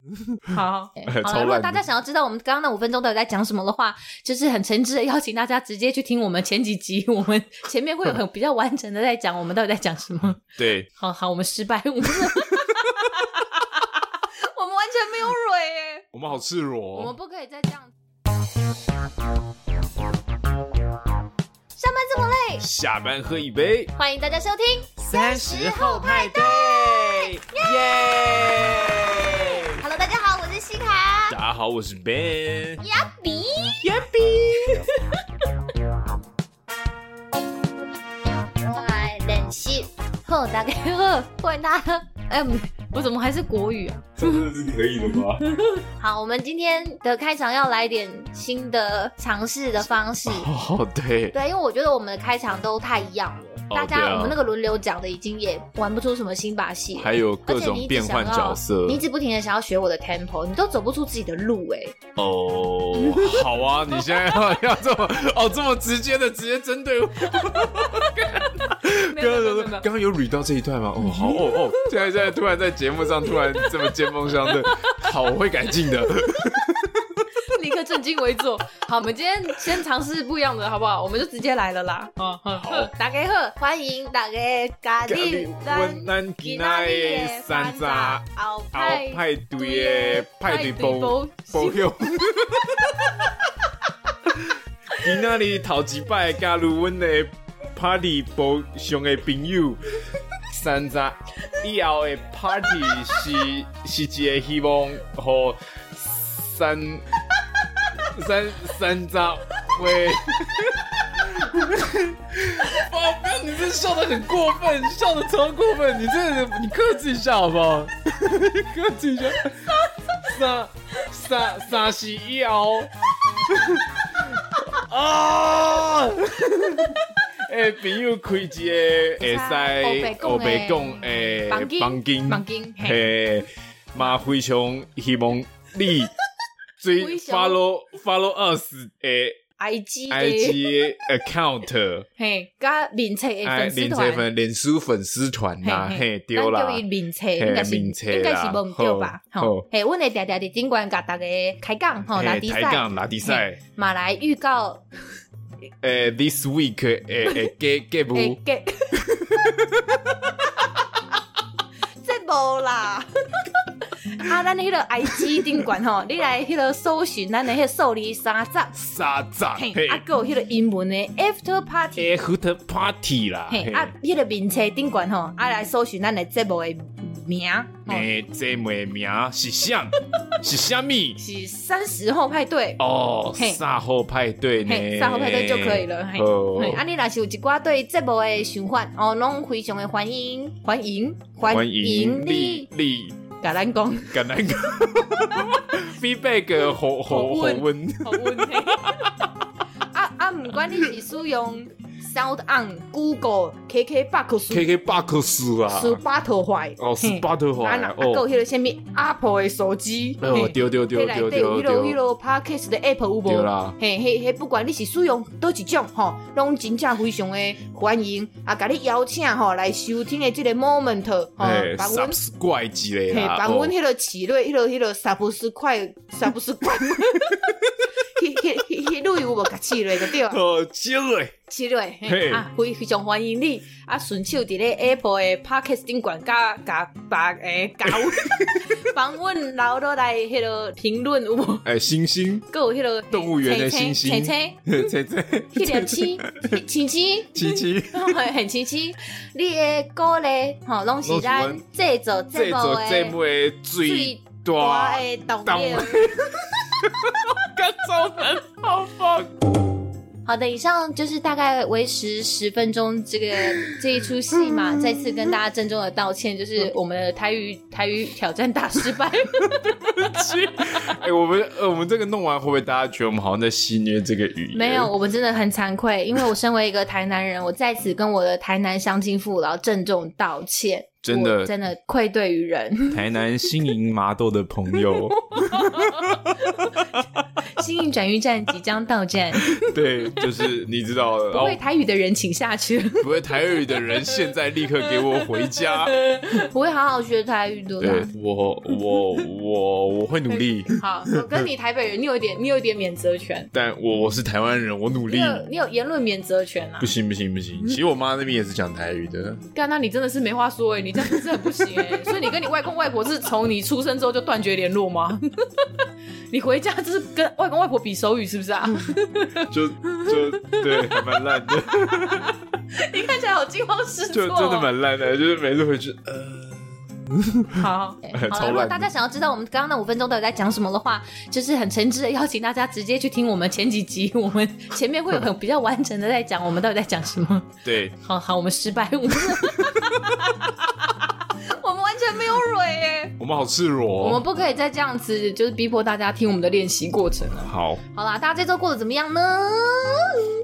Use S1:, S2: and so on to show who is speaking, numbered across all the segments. S1: 好，
S2: 哎
S1: 好
S2: 超
S1: 了，如果
S2: 烂
S1: 大
S2: 的
S1: 家想要知道我们刚刚那五分钟到底在讲什么的话，就是很诚挚的邀请大家直接去听我们前几集，我们前面会有很比较完整的在讲我们到底在讲什么。
S2: 对，
S1: 好好，我们失 败，我们我们完全没有蕊耶，
S2: 我们好赤裸
S1: 我
S2: 哦、
S1: 们不可以再这样。上班这么累，
S2: 下班喝一杯，
S1: 欢迎大家收听。
S2: 三
S1: 十后派对，
S2: 耶！
S1: Hello，大家好，我是西卡
S2: 大家好，我是 Ben。
S1: 亚比。
S2: 耶比，
S1: 我爱练习。好，大呃家好，欢迎大家。 哎、我怎么还是国语啊？
S2: 这真的是可以的 吗？
S1: 好，我们今天的开场要来点新的尝试的方式。
S2: 哦，对，
S1: 对，因为我觉得我们的开场都太一样了，
S2: 哦
S1: 大家、
S2: 对啊
S1: 我们那个轮流讲的已经也玩不出什么新把戏了。
S2: 还有
S1: 而
S2: 各
S1: 且你
S2: 种
S1: 一直
S2: 变
S1: 想
S2: 换
S1: 要
S2: 角色
S1: 你一直不停的想要学我的 tempo，你都走不出自己的路 哎、
S2: 哦。好啊，你现在要要这么哦这么直接的直接针对我，
S1: 没
S2: 刚刚刚刚有捋到这一段吗？哦，好哦哦，现在现在突然在节目上突然这么尖锋相对，好，我会改进的。
S1: 立刻正襟危坐。好，我们今天先尝试不一样的，好不好？我们就直接来了啦。嗯，好，大家好，欢迎大家咖喱
S2: 温南吉奈的山楂
S1: 鳌
S2: 好
S1: 派
S2: 哦派对的派对包哦包用。 你那里头一摆加入阮的 party 包上的朋友，三十以后的 party 是是一个希望和三三三十喂。哇！不要，哦你这笑的很过分，笑的超过分，你这你克制一下好不好？ 克制一下。三三三十以后。 啊！诶，朋友开一个会使
S1: 黑白
S2: 白
S1: 讲
S2: 讲
S1: 的
S2: 诶
S1: 房间
S2: 房间，
S1: 房间嘿
S2: 嘿，嘛非常希望
S1: 非
S2: 你追
S1: 常
S2: follow follow us 诶
S1: IG 的
S2: IG account，
S1: 嘿，加面册的
S2: 哎，
S1: 粉丝
S2: 连
S1: 团
S2: 这。份脸书粉丝团呐，嘿，
S1: 咱
S2: 丢啦
S1: 叫伊，面册，
S2: 嘿
S1: 应该是
S2: 面册啦
S1: 应该是无对吧？
S2: 好
S1: 吼
S2: 好，
S1: 嘿，阮会常常伫顶管甲大家开讲吼，
S2: 嘿
S1: 拉比
S2: 抬
S1: 赛，
S2: 杠拉比赛，
S1: 马来预告，
S2: 诶，this week 哎诶 诶 get get 不
S1: 诶， 给，这无啦。啊，咱迄个 I G 顶管 吼，你来迄个搜寻咱的迄个数字三十，
S2: 沙赞
S1: 嘿，啊，还有迄个英文的 After Party，
S2: ，after 哎 party 啦，
S1: 嘿，啊，迄个名册顶管吼，啊来搜寻咱的节目的名，吼，
S2: 诶，哎这枚名是啥？是啥咪？
S1: 是三十后派对。
S2: 哦，
S1: 嘿
S2: 赛后派对
S1: 嘿，
S2: 呢？
S1: 赛后派对就可以了。嘿，
S2: 哦
S1: 嘿，啊，你若是有一寡对节目的想法，哦，拢非常的欢迎，欢迎，
S2: 欢迎
S1: 你
S2: 丽，丽。
S1: 甲咱讲，
S2: 橄榄 哥 feedback 好好好温，
S1: 好温馨。 啊啊，毋管你是使用 Sound On、Google、KK Box、
S2: KK box 啊，
S1: Spotify，
S2: 哦
S1: 嘿啊，那
S2: Spotify
S1: 啊，还有
S2: 哦，
S1: 迄个啥物 Apple 的手机，
S2: 哦
S1: 嘿
S2: 丢丢
S1: 嘿
S2: 丢
S1: 内
S2: 丢
S1: 底有
S2: 丢
S1: 迄落迄
S2: 丢，
S1: 落 Podcast 的 App 有
S2: 对
S1: 无？
S2: 啦，
S1: 嘿嘿嘿，不管你是使用倒一种吼，拢真正非常的欢迎啊！甲你邀请吼来收听的这个 moment 吼，
S2: 哎
S1: 哦把阮
S2: ，subs 怪之类
S1: 嘿，
S2: 啦，哦
S1: 把阮迄个起瑞，迄个迄个萨布斯快，萨布斯 快，迄迄迄迄旅有无甲起瑞就对了，
S2: 哦，接嘞，
S1: 起瑞嘿
S2: 嘿
S1: 啊，非非常欢迎你啊！顺手伫咧 Apple 的 Podcast 顶管加加把诶加阮，帮阮留落来迄个评论有无？
S2: 哎，星星，
S1: 还有迄个
S2: 动物园的星星
S1: 青青。
S2: 切切
S1: 迄个七七七，
S2: 七 七，
S1: 很七七，你的歌咧，吼，拢是咱
S2: 拢是
S1: 制作节
S2: 这
S1: 目
S2: 做节
S1: 的
S2: 目的最
S1: 最
S2: 大
S1: 大，的动
S2: 动
S1: 力
S2: 力。干燥男好棒，
S1: 好的，以上就是大概维持十分钟这 个这一出戏嘛。再次跟大家郑重的道歉，
S2: 嗯
S1: 就是我们的台语台语挑战大失 败。
S2: 哎，我们呃，我们这个弄完会不会大家觉得我们好像在戏虐这个语言？
S1: 没有，，我们真的很惭愧，因为我身为一个台南人，我在此跟我的台南乡亲父老郑重道歉，
S2: 真的
S1: 我真的愧对于 人。
S2: 台南新营麻豆的朋友。
S1: 新运转运站即将到 站，
S2: 对，就是你知道的。
S1: 不会台语的人请下 去，
S2: 不会台语的人，现在立刻给我回家。
S1: 不会好好学台语的
S2: 对
S1: 啦。
S2: 我，我，我，我会努 力，
S1: 好，我跟你台北人，你有一点，你有一点免责权，
S2: 但我我是台湾人，我努
S1: 你
S2: 力。
S1: 有你有言论免责权啊
S2: 不。行不行不行！其实我妈那边也是讲台语 的，
S3: 干，那你真的是没话说哎、你这样真的不行哎、所以你跟你外公外婆是从你出生之后就断绝联络吗？ 你回家就是跟外公外婆比手语是不是啊？
S2: 就就 对，还蛮烂的，
S3: 你看起来好惊慌失措
S2: 就
S3: 哦、
S2: 真的蛮烂的，就是每次回去，呃，
S3: 好。
S1: 好
S2: 超
S1: 了，如果
S2: 烂
S1: 大
S2: 的
S1: 家。想要知道我们刚刚那五分钟到底在讲什么的话，就是很诚挚的邀请大家直接去听我们前几集，我们前面会有很比较完整的在讲我们到底在讲什么。
S2: 对，
S1: 好好，我们失败， 我们
S3: 我们完全没有蕊
S1: 欸
S3: 哎、
S2: 我们好赤裸哦。
S1: 我们不可以再这样子，就是逼迫大家听我们的练习过程啊了。
S2: 哦好
S1: 好啦，大家这周过得怎么样呢？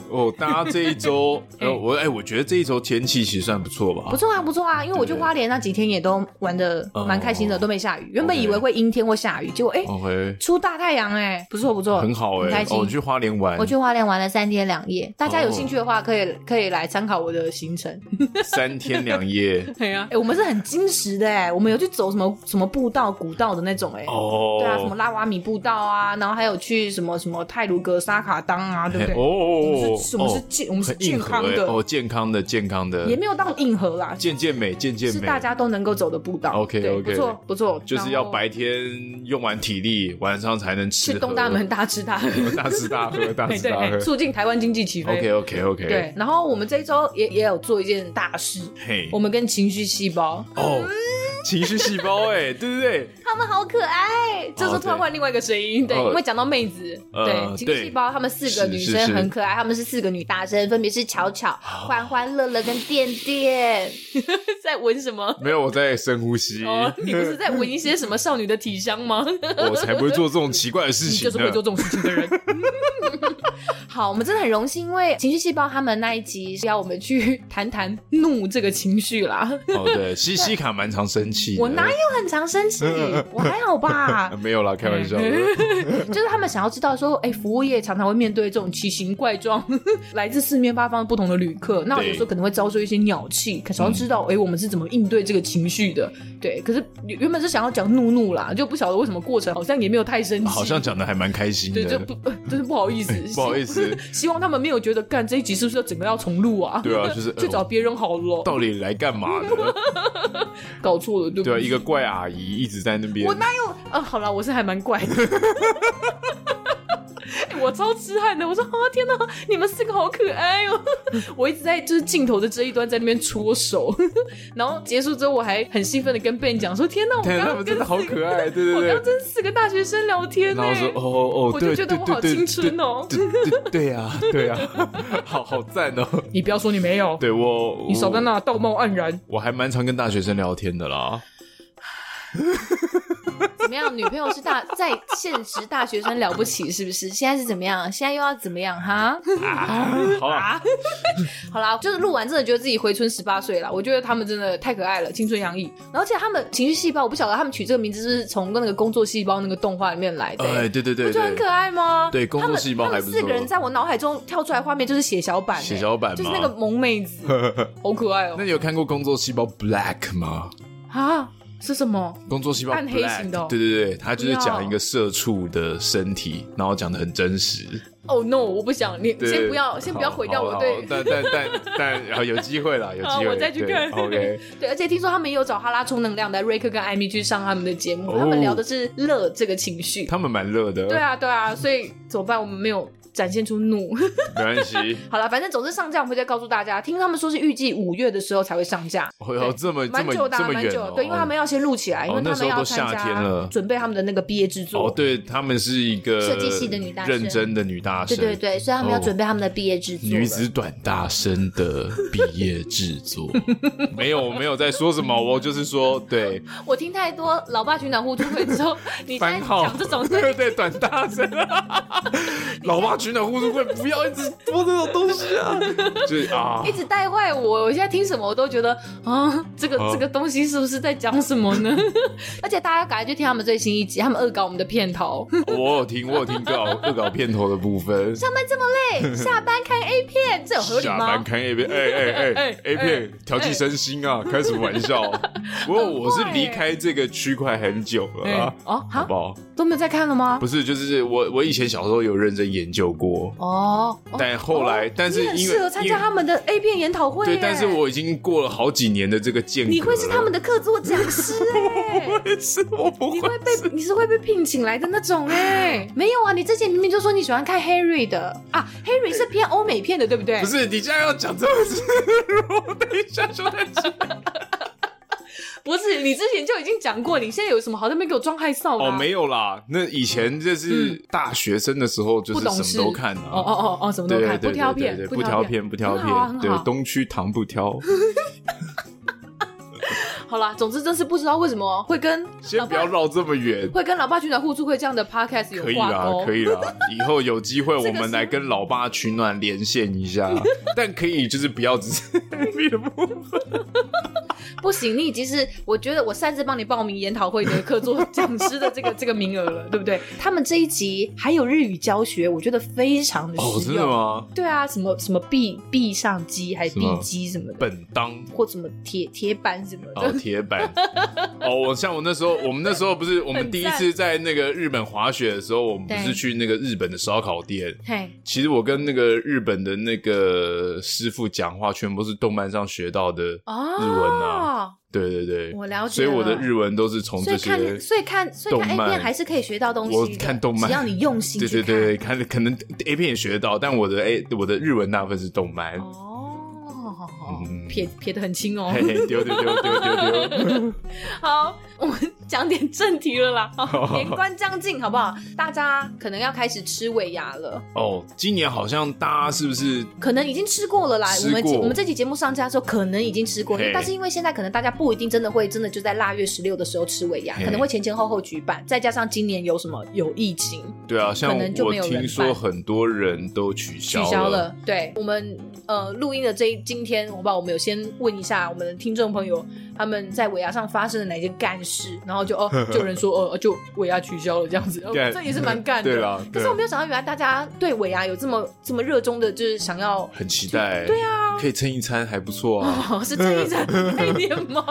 S2: 哦，大家这 一周，呃，我哎，我觉得这一周天气其实算不错吧
S1: 不。错啊，不错啊，因为我去花莲那几天也都玩的蛮开心的，
S2: 哦
S1: 都没下雨。原本
S2: OK
S1: 以为会阴天或下雨，结果哎、
S2: OK，
S1: 出大太阳哎、不错不错，
S2: 很好
S1: 很
S2: 哎
S1: 开，心。
S2: 哦，你去花莲玩
S1: 我，去花莲玩了三天两夜，大家有
S2: 哦
S1: 兴趣的话，可以可以来参考我的行程。
S2: 三天 两夜。
S3: 对呀、
S1: 哎、我们是很矜持的哎、我们有去走什么什么步道、古道的那种哎、
S2: 哦，
S1: 对啊，什么拉瓦米步道啊，然后还有去什么什么泰卢格沙卡当啊，对不对？
S2: 嘿哦哦，
S1: 我
S2: 哦
S1: 们是我们是健、我们是
S2: 很硬
S1: 健
S2: 核
S1: 康
S2: 欸
S1: 的，
S2: 哦，健康的健康的
S1: 也，没有到硬核啦，
S2: 健健美健健
S1: 是
S2: 美，
S1: 大家都能够走的步道。
S2: OK，
S1: 对
S2: OK
S1: 不错不错，
S2: 就是要
S1: 然后
S2: 白天用完体力，晚上才能吃
S1: 去
S2: 喝
S1: 东大门大吃大喝，
S2: 大吃大 喝大
S3: 对
S2: 吃大喝
S3: 对，。促进台湾经济起飞。
S2: OK OK OK，
S1: 对，然后我们这一周也也有做一件大事，
S2: 嘿
S1: 我，们跟情绪细胞，
S2: 哦，情绪细胞哎，对不对？
S1: 他们好可爱，
S3: 这时候突然换另外一个声音，对，
S2: 啊哦
S3: 因为讲到妹子，
S2: 呃
S1: 对，情绪细胞，她们四个女
S2: 是是啊
S1: 生
S2: 是
S1: 很可爱，她们是四个女大生，分别是巧巧、欢欢、乐乐跟垫 垫。
S3: 在闻什么？
S2: 没有，我在深呼吸，
S3: 哦，你不是在闻一些什么少女的体香吗？
S2: 我才不会做这种奇怪的事
S3: 你
S2: 情
S3: 就是会做这
S2: 呢。
S3: 种事情的 人。
S1: 好，我们真的很荣幸，因为情绪细胞他们那一集是要我们去谈谈怒这个情绪啦。
S2: 哦，对，西西卡蛮常生气的，
S1: 我哪有很常 生气？我还好吧
S2: 啊。没有啦，开玩笑的。
S1: 就是他们想要知道说，哎、服务业常常会面对这种奇形怪状、 来自四面八方不同的旅客，那
S2: 对
S1: 有时候可能会遭受一些鸟气，可想要知道，哎、我们是怎么应对这个情绪的？对，可是原本是想要讲怒怒啦，就不晓得为什么过程好像也没有太生气，
S2: 好像讲的还蛮开心
S3: 对，就
S2: 的，
S3: 不， 就是不好意思，
S2: 不好意思，
S3: 希望他们没有觉得干这一集是不是要整个要重录啊？
S2: 对啊就是
S3: 去找别人好了，
S2: 到底来干嘛的？
S3: 搞错了，对不
S2: 对啊，一
S3: 个
S2: 个怪阿姨一直在那边
S3: 我，哪有？啊，好啦，我是还蛮怪的。 哎我超痴汉的，我说啊天哪，你们四个好可爱哦！ 我一直在就是镜头的这一端在那边搓手， 然后结束之后我还很兴奋的跟 Ben 讲说：天 哪，我刚
S2: 天啊，他
S3: 刚
S2: 们
S3: 跟
S2: 真的好
S3: 四个
S2: 可爱，对
S3: 我
S2: 对
S3: 刚刚。
S2: 对
S3: 跟四个大学生聊天呢、
S2: 然后说哦哦哦，
S3: 我
S2: 对
S3: 就
S2: 对
S3: 觉
S2: 对
S3: 得我好
S2: 对
S3: 青春哦
S2: 对对对对呀，对呀， 好好赞哦！
S3: 你不要说你没有，
S2: 对我，
S3: 你少在那道貌岸然。
S2: 我，我还蛮常跟大学生聊天的 啦。
S1: 怎么样？女朋友是大在现实大学生了不起是不是？现在是怎么样？现在又要怎么样哈？
S2: 好啊啦，
S1: 好啦，就是录完真的觉得自己回春十八岁了。我觉得他们真的太可爱了，青春洋溢。然后而且他们情绪细胞，我不晓得他们取这个名字是不是从那个工作细胞那个动画里面来的、
S2: 哎，对对对
S1: 不就很可
S2: 对，
S1: 爱吗？
S2: 对工作
S1: 他们
S2: 细胞
S1: 他们
S2: 还不
S1: 四个
S2: 错
S1: 人在我脑海中跳出来画面就是血小板、欸，
S2: 血小板
S1: 就是
S2: 吗
S1: 那个萌妹子，
S3: 好可爱哦
S2: 那！你有看过《工作细胞 Black》吗？
S3: 啊，是什么？
S2: 工作细胞
S3: 暗黑
S2: Black
S3: 型的哦
S2: 对对对，他就是
S1: 不要
S2: 讲一个社畜的身体，然后讲的很真实。
S1: ？Oh
S3: 哦、no，我不想，你
S2: 对
S3: 先不要，先不要毁掉
S2: 好
S3: 我
S2: 好
S3: 对
S2: 好但但但但啊有机会啦， 有
S3: 好
S2: 机会，
S3: 我再去
S2: 对
S3: 看
S2: OK，
S1: 对，而且听说他们也有找哈拉充能量的瑞克跟艾米去上他们的节目，他们
S2: 哦嗯
S1: 聊的是乐这个情绪。
S2: 他们蛮乐的，
S3: 对，啊，对啊，所以怎么办？我们没有展现出怒，
S2: 没关系。
S1: 好了，反正总之上架我们会再告诉大家。听他们说是预计五月的时候才会上架，
S2: 哦哟，这么这
S1: 蛮
S2: 么
S1: 久的、
S2: 这
S1: 啊，
S2: 么
S1: 蛮
S2: 远
S1: 久
S2: 哦
S1: 的。，对，因为他们要先录起来，因为
S2: 那
S1: 他
S2: 时
S1: 们
S2: 候
S1: 要
S2: 都
S1: 参
S2: 夏
S1: 加、
S2: 天了
S1: 准备他们的那个毕业制作。
S2: 哦，对，他们是一个
S1: 设计系的女大生
S2: 认真的女大
S1: 对
S2: 生，
S1: 对对，所以他们要
S2: 哦
S1: 准备他们的毕业制作了。
S2: 女子短大生的毕业制作，没有没有在说什么，我就是说，对，
S1: 我听太多老爸 取暖互助会之后，你现在
S2: 番号
S1: 讲这种
S2: 对对，短大生，老爸取群的互助会不要一直播这种东西啊，就是 啊
S1: 一，直带坏我。我现在听什么我都觉得啊，这个
S2: 哦
S1: 这个东西是不是在讲什么呢？ 而且大家赶快去听他们最新一集，他们恶搞我们的片头。
S2: 我有听，我有听到恶搞片头的部分。
S1: 上班这么累， 下班看 A 片，哎这有合理
S2: 下
S1: 吗
S2: 班？看 A 片，哎哎哎
S1: 哎
S2: ，A 片调剂身心啊，开什么玩 笑？不过我是离开这个区块很久了啊，
S1: 哦，
S2: 好
S1: 好
S2: 不，好？
S1: 都没有在看了吗
S2: 不？是，就是我我以前小时候有认真研究过，
S1: 哦，哦
S2: 但后来，但是
S1: 你很
S2: 因
S1: 适合
S2: 为
S1: 参
S2: 因
S1: 加
S2: 为
S1: 他们的 A 片研讨会
S2: 对，
S1: 耶。
S2: 但是我已经过了好几年的这个间隔了，
S1: 你会是他们的客座讲 师哎。
S2: 是我不
S1: 你
S2: 会
S1: 会被你是会被聘请来的那种哎、 没有啊，你之前明明就说你喜欢看 Harry 的啊，Harry 是偏欧美片的，对不对？
S2: 不是，你现在要讲这个字，我等一下就在 讲。
S1: 不是，你之前就已经讲过，你现在有什么好在那边给我装害臊的啊、
S2: 哦，没有啦，那以前就是大学生的时候，就
S1: 嗯不
S2: 是
S1: 懂
S2: 什
S1: 事
S2: 么都看
S1: 哦
S2: 啊。
S1: 哦哦哦，什么都
S2: 对对
S1: 看，
S2: 对
S1: 不挑
S2: 对
S1: 片
S2: 对，，不挑片，不挑
S1: 很好啊
S2: 片，
S1: 很好
S2: 对，东区糖 不挑。
S1: 好啦，总之真是不知道为什么会跟
S2: 先
S1: 老
S2: 不
S1: 爸
S2: 要绕这么远，
S1: 会跟老爸群长互助会这样的哦 podcast 有
S2: 可以
S1: 挂
S2: 啦
S1: 钩，，
S2: 可以 啦。以后有机会我
S1: 这个
S2: 们
S1: 是
S2: 来跟老爸取暖连线 一下，但可以就是不要只是哦 MV 的部分。
S1: 不行，你已经是我觉得我擅自帮你报名研讨会的客座讲师的这个这个名额了，对不对？他们这一集还有日语教学，我觉得非常的
S2: 哦，
S1: 实
S2: 真
S1: 用。
S2: 的吗？
S1: 对啊，什么什么壁壁上机还是
S2: 什么
S1: 壁机什么的，
S2: 本 当
S1: 或什么铁铁板什么
S2: 哦，
S1: 的。
S2: 铁板哦，我像我那时候，我们那时候不是我们第一次在那个日本滑雪的时候，我们不是
S1: 对
S2: 去那个日本的烧烤店。
S1: 嘿，
S2: 其实我跟那个日本的那个师傅讲话，全部是动漫上学到的。
S1: 哦，
S2: 日文啊，对对对，
S1: 我了解
S2: 所以我的
S1: 了
S2: 日文都是从
S1: 所
S2: 这
S1: 以
S2: 些
S1: 看，所以看，所以看 A
S2: 动漫
S1: 片还是可以学到东西
S2: 我
S1: 的。
S2: 看动漫
S1: 只要你用心
S2: 对
S1: 去
S2: 对
S1: 看。
S2: 对，看可能 A 片也学得到，但我的 A 我的日文大部分是动漫。
S1: 哦
S2: 嗯，
S1: 撇撇得很轻哦
S2: 嘿。嘿，丢丢丢丢丢丢！
S1: 好，我们讲点正题了 啦，好言官将尽，好不好？大家可能要开始吃尾牙了，
S2: 哦，今年好像大家是不是
S1: 可能已经吃过了啦。
S2: 吃
S1: 我们
S2: 过
S1: 我们这期节目上架的时候，可能已经吃过
S2: 嘿，
S1: 但是因为现在可能大家不一定真的会真的就在腊月十六的时候吃尾牙，
S2: 嘿
S1: 可能会前前后后举办，再加上今年有什么有疫情
S2: 对啊？像
S1: 可能就
S2: 我
S1: 没有人
S2: 听
S1: 办
S2: 说很多人都取
S1: 取
S2: 消
S1: 消了，对我们呃录音的这一今天，我把我们有先问一下我们的听众朋友，他们在尾牙上发生了哪些干事，然后就 哦就有人说哦就尾牙取消了这样子，哦
S2: 干
S1: 这也是蛮干的。
S2: 对啦
S1: 可是
S2: 对
S1: 我没有想到，原来大家对尾牙有这么这么热衷的，就是想要。
S2: 很期待。对啊，可以蹭一餐还不错啊。
S1: 哦，是这一层概念吗？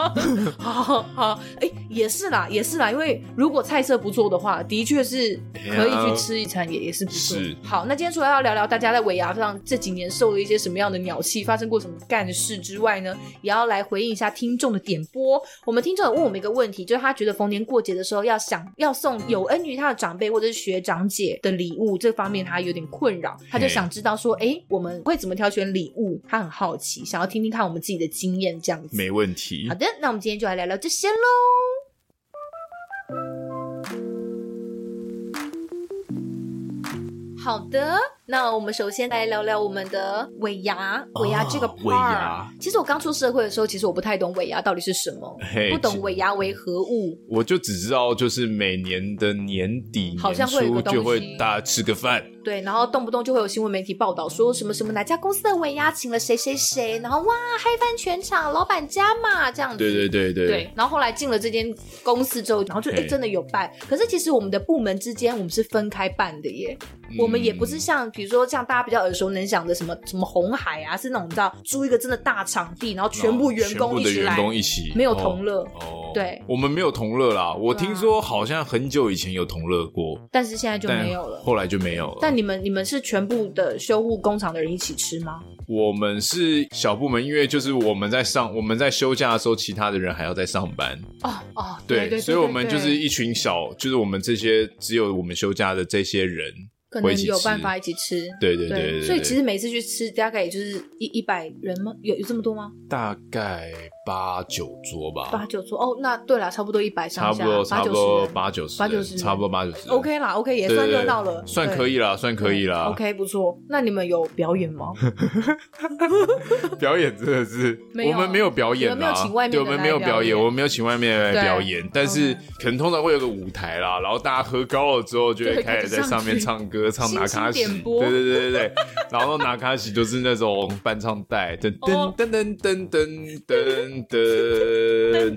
S1: 好好，哎、也是啦，也是啦，因为如果菜色不错的话，的确是可以去吃一餐，也也是不错。
S2: 是
S1: 好，那今天除了要聊聊大家在尾牙上这几年受了一些什么样的鸟气，发生过什么干事之外呢，也要来回应一下听众的点播。我们听众有问我们一个问题，就是他觉得逢年过节的时候要想要送有恩于他的长辈或者是学长姐的礼物，这方面他有点困扰，他就
S2: 嘿
S1: 想知道说，哎，我们会怎么挑选礼物？他很好奇，想要听听看我们自己的经验这样子。
S2: 没问题
S1: 好，的，那我们今天就来聊聊这些喽。好的，那我们首先来聊聊我们的尾牙，尾牙这个 part。
S2: 啊尾牙
S1: 其实我刚出社会的时候，其实我不太懂尾牙到底是什么，
S2: 嘿
S1: 不
S2: 哎其
S1: 懂尾牙为何物。
S2: 我就只知道就是每年的年底
S1: 好
S2: 年
S1: 像会有
S2: 初
S1: 个东西
S2: 就会大家吃个饭，
S1: 对，然后动不动就会有新闻媒体报道说什么什么哪家公司的尾牙请了谁谁谁，然后哇嗨翻全场，老板加码这样子。
S2: 对对对对
S1: 嗯对，然后后来进了这间公司之后，然后就哎、
S2: 嘿
S1: 真的有办。可是其实我们的部门之间，我们是分开办的耶。
S2: 嗯
S1: 我们也不是像比如说像大家比较耳熟能详的什么什么红海啊，是那种你知道租一个真的大场地，然后全部员
S2: 哦全
S1: 工
S2: 部
S1: 一
S2: 的
S1: 起
S2: 员
S1: 来，
S2: 工一起，
S1: 没有
S2: 哦
S1: 同乐。
S2: 哦，
S1: 对
S2: 我们没有同乐啦。我
S1: 对啊
S2: 听说好像很久以前有同乐过，
S1: 但是现在就
S2: 但
S1: 没有了。
S2: 后来就没有了。
S1: 但你们你们是全部的修护工厂的人一起吃吗？
S2: 我们是小部门，因为就是我们在上我们在休假的时候，其他的人还要在上班，
S1: 哦哦，对
S2: 所以我们就是一群小，就是我们这些只有我们休假的这些人
S1: 可
S2: 会
S1: 能
S2: 一起吃
S1: 有办法一起吃。
S2: 对对对对对
S1: 所以其实每次去吃大概也就是一一百人吗？有有这么多吗？
S2: 大概八九桌
S1: 八
S2: 吧，
S1: 九桌哦，那对啦，差不多一百上
S2: 差
S1: 下，
S2: 不多
S1: 八
S2: 差不
S1: 九
S2: 多
S1: 十
S2: 八九十
S1: 八九十人
S2: 差不多八九十人。
S1: ，OK 啦，OK 也
S2: 对
S1: 算
S2: 对
S1: 热
S2: 对
S1: 闹了，
S2: 算
S1: 对
S2: 可以啦，算可以啦。
S1: OK，不错。那你们有表演吗？
S2: 表演真的是，
S1: 没有
S2: 我们没有表演
S1: 你们没有
S2: 啦，
S1: 请外面的
S2: 对，我们没有
S1: 来
S2: 表
S1: 表演
S2: 演，我们没有请外面的来表演
S1: 对，嗯
S2: 但是
S1: OK
S2: 可能通常会有个舞台啦，然后大家喝高了之后就
S1: 就
S2: 会
S1: 会
S2: 开始在上面唱歌，唱
S1: 星
S2: 拿
S1: 星
S2: 卡西，
S1: 点播
S2: 对对对对对， 然后拿卡西就是那种伴唱带，噔
S1: 哦
S2: 噔噔噔噔噔噔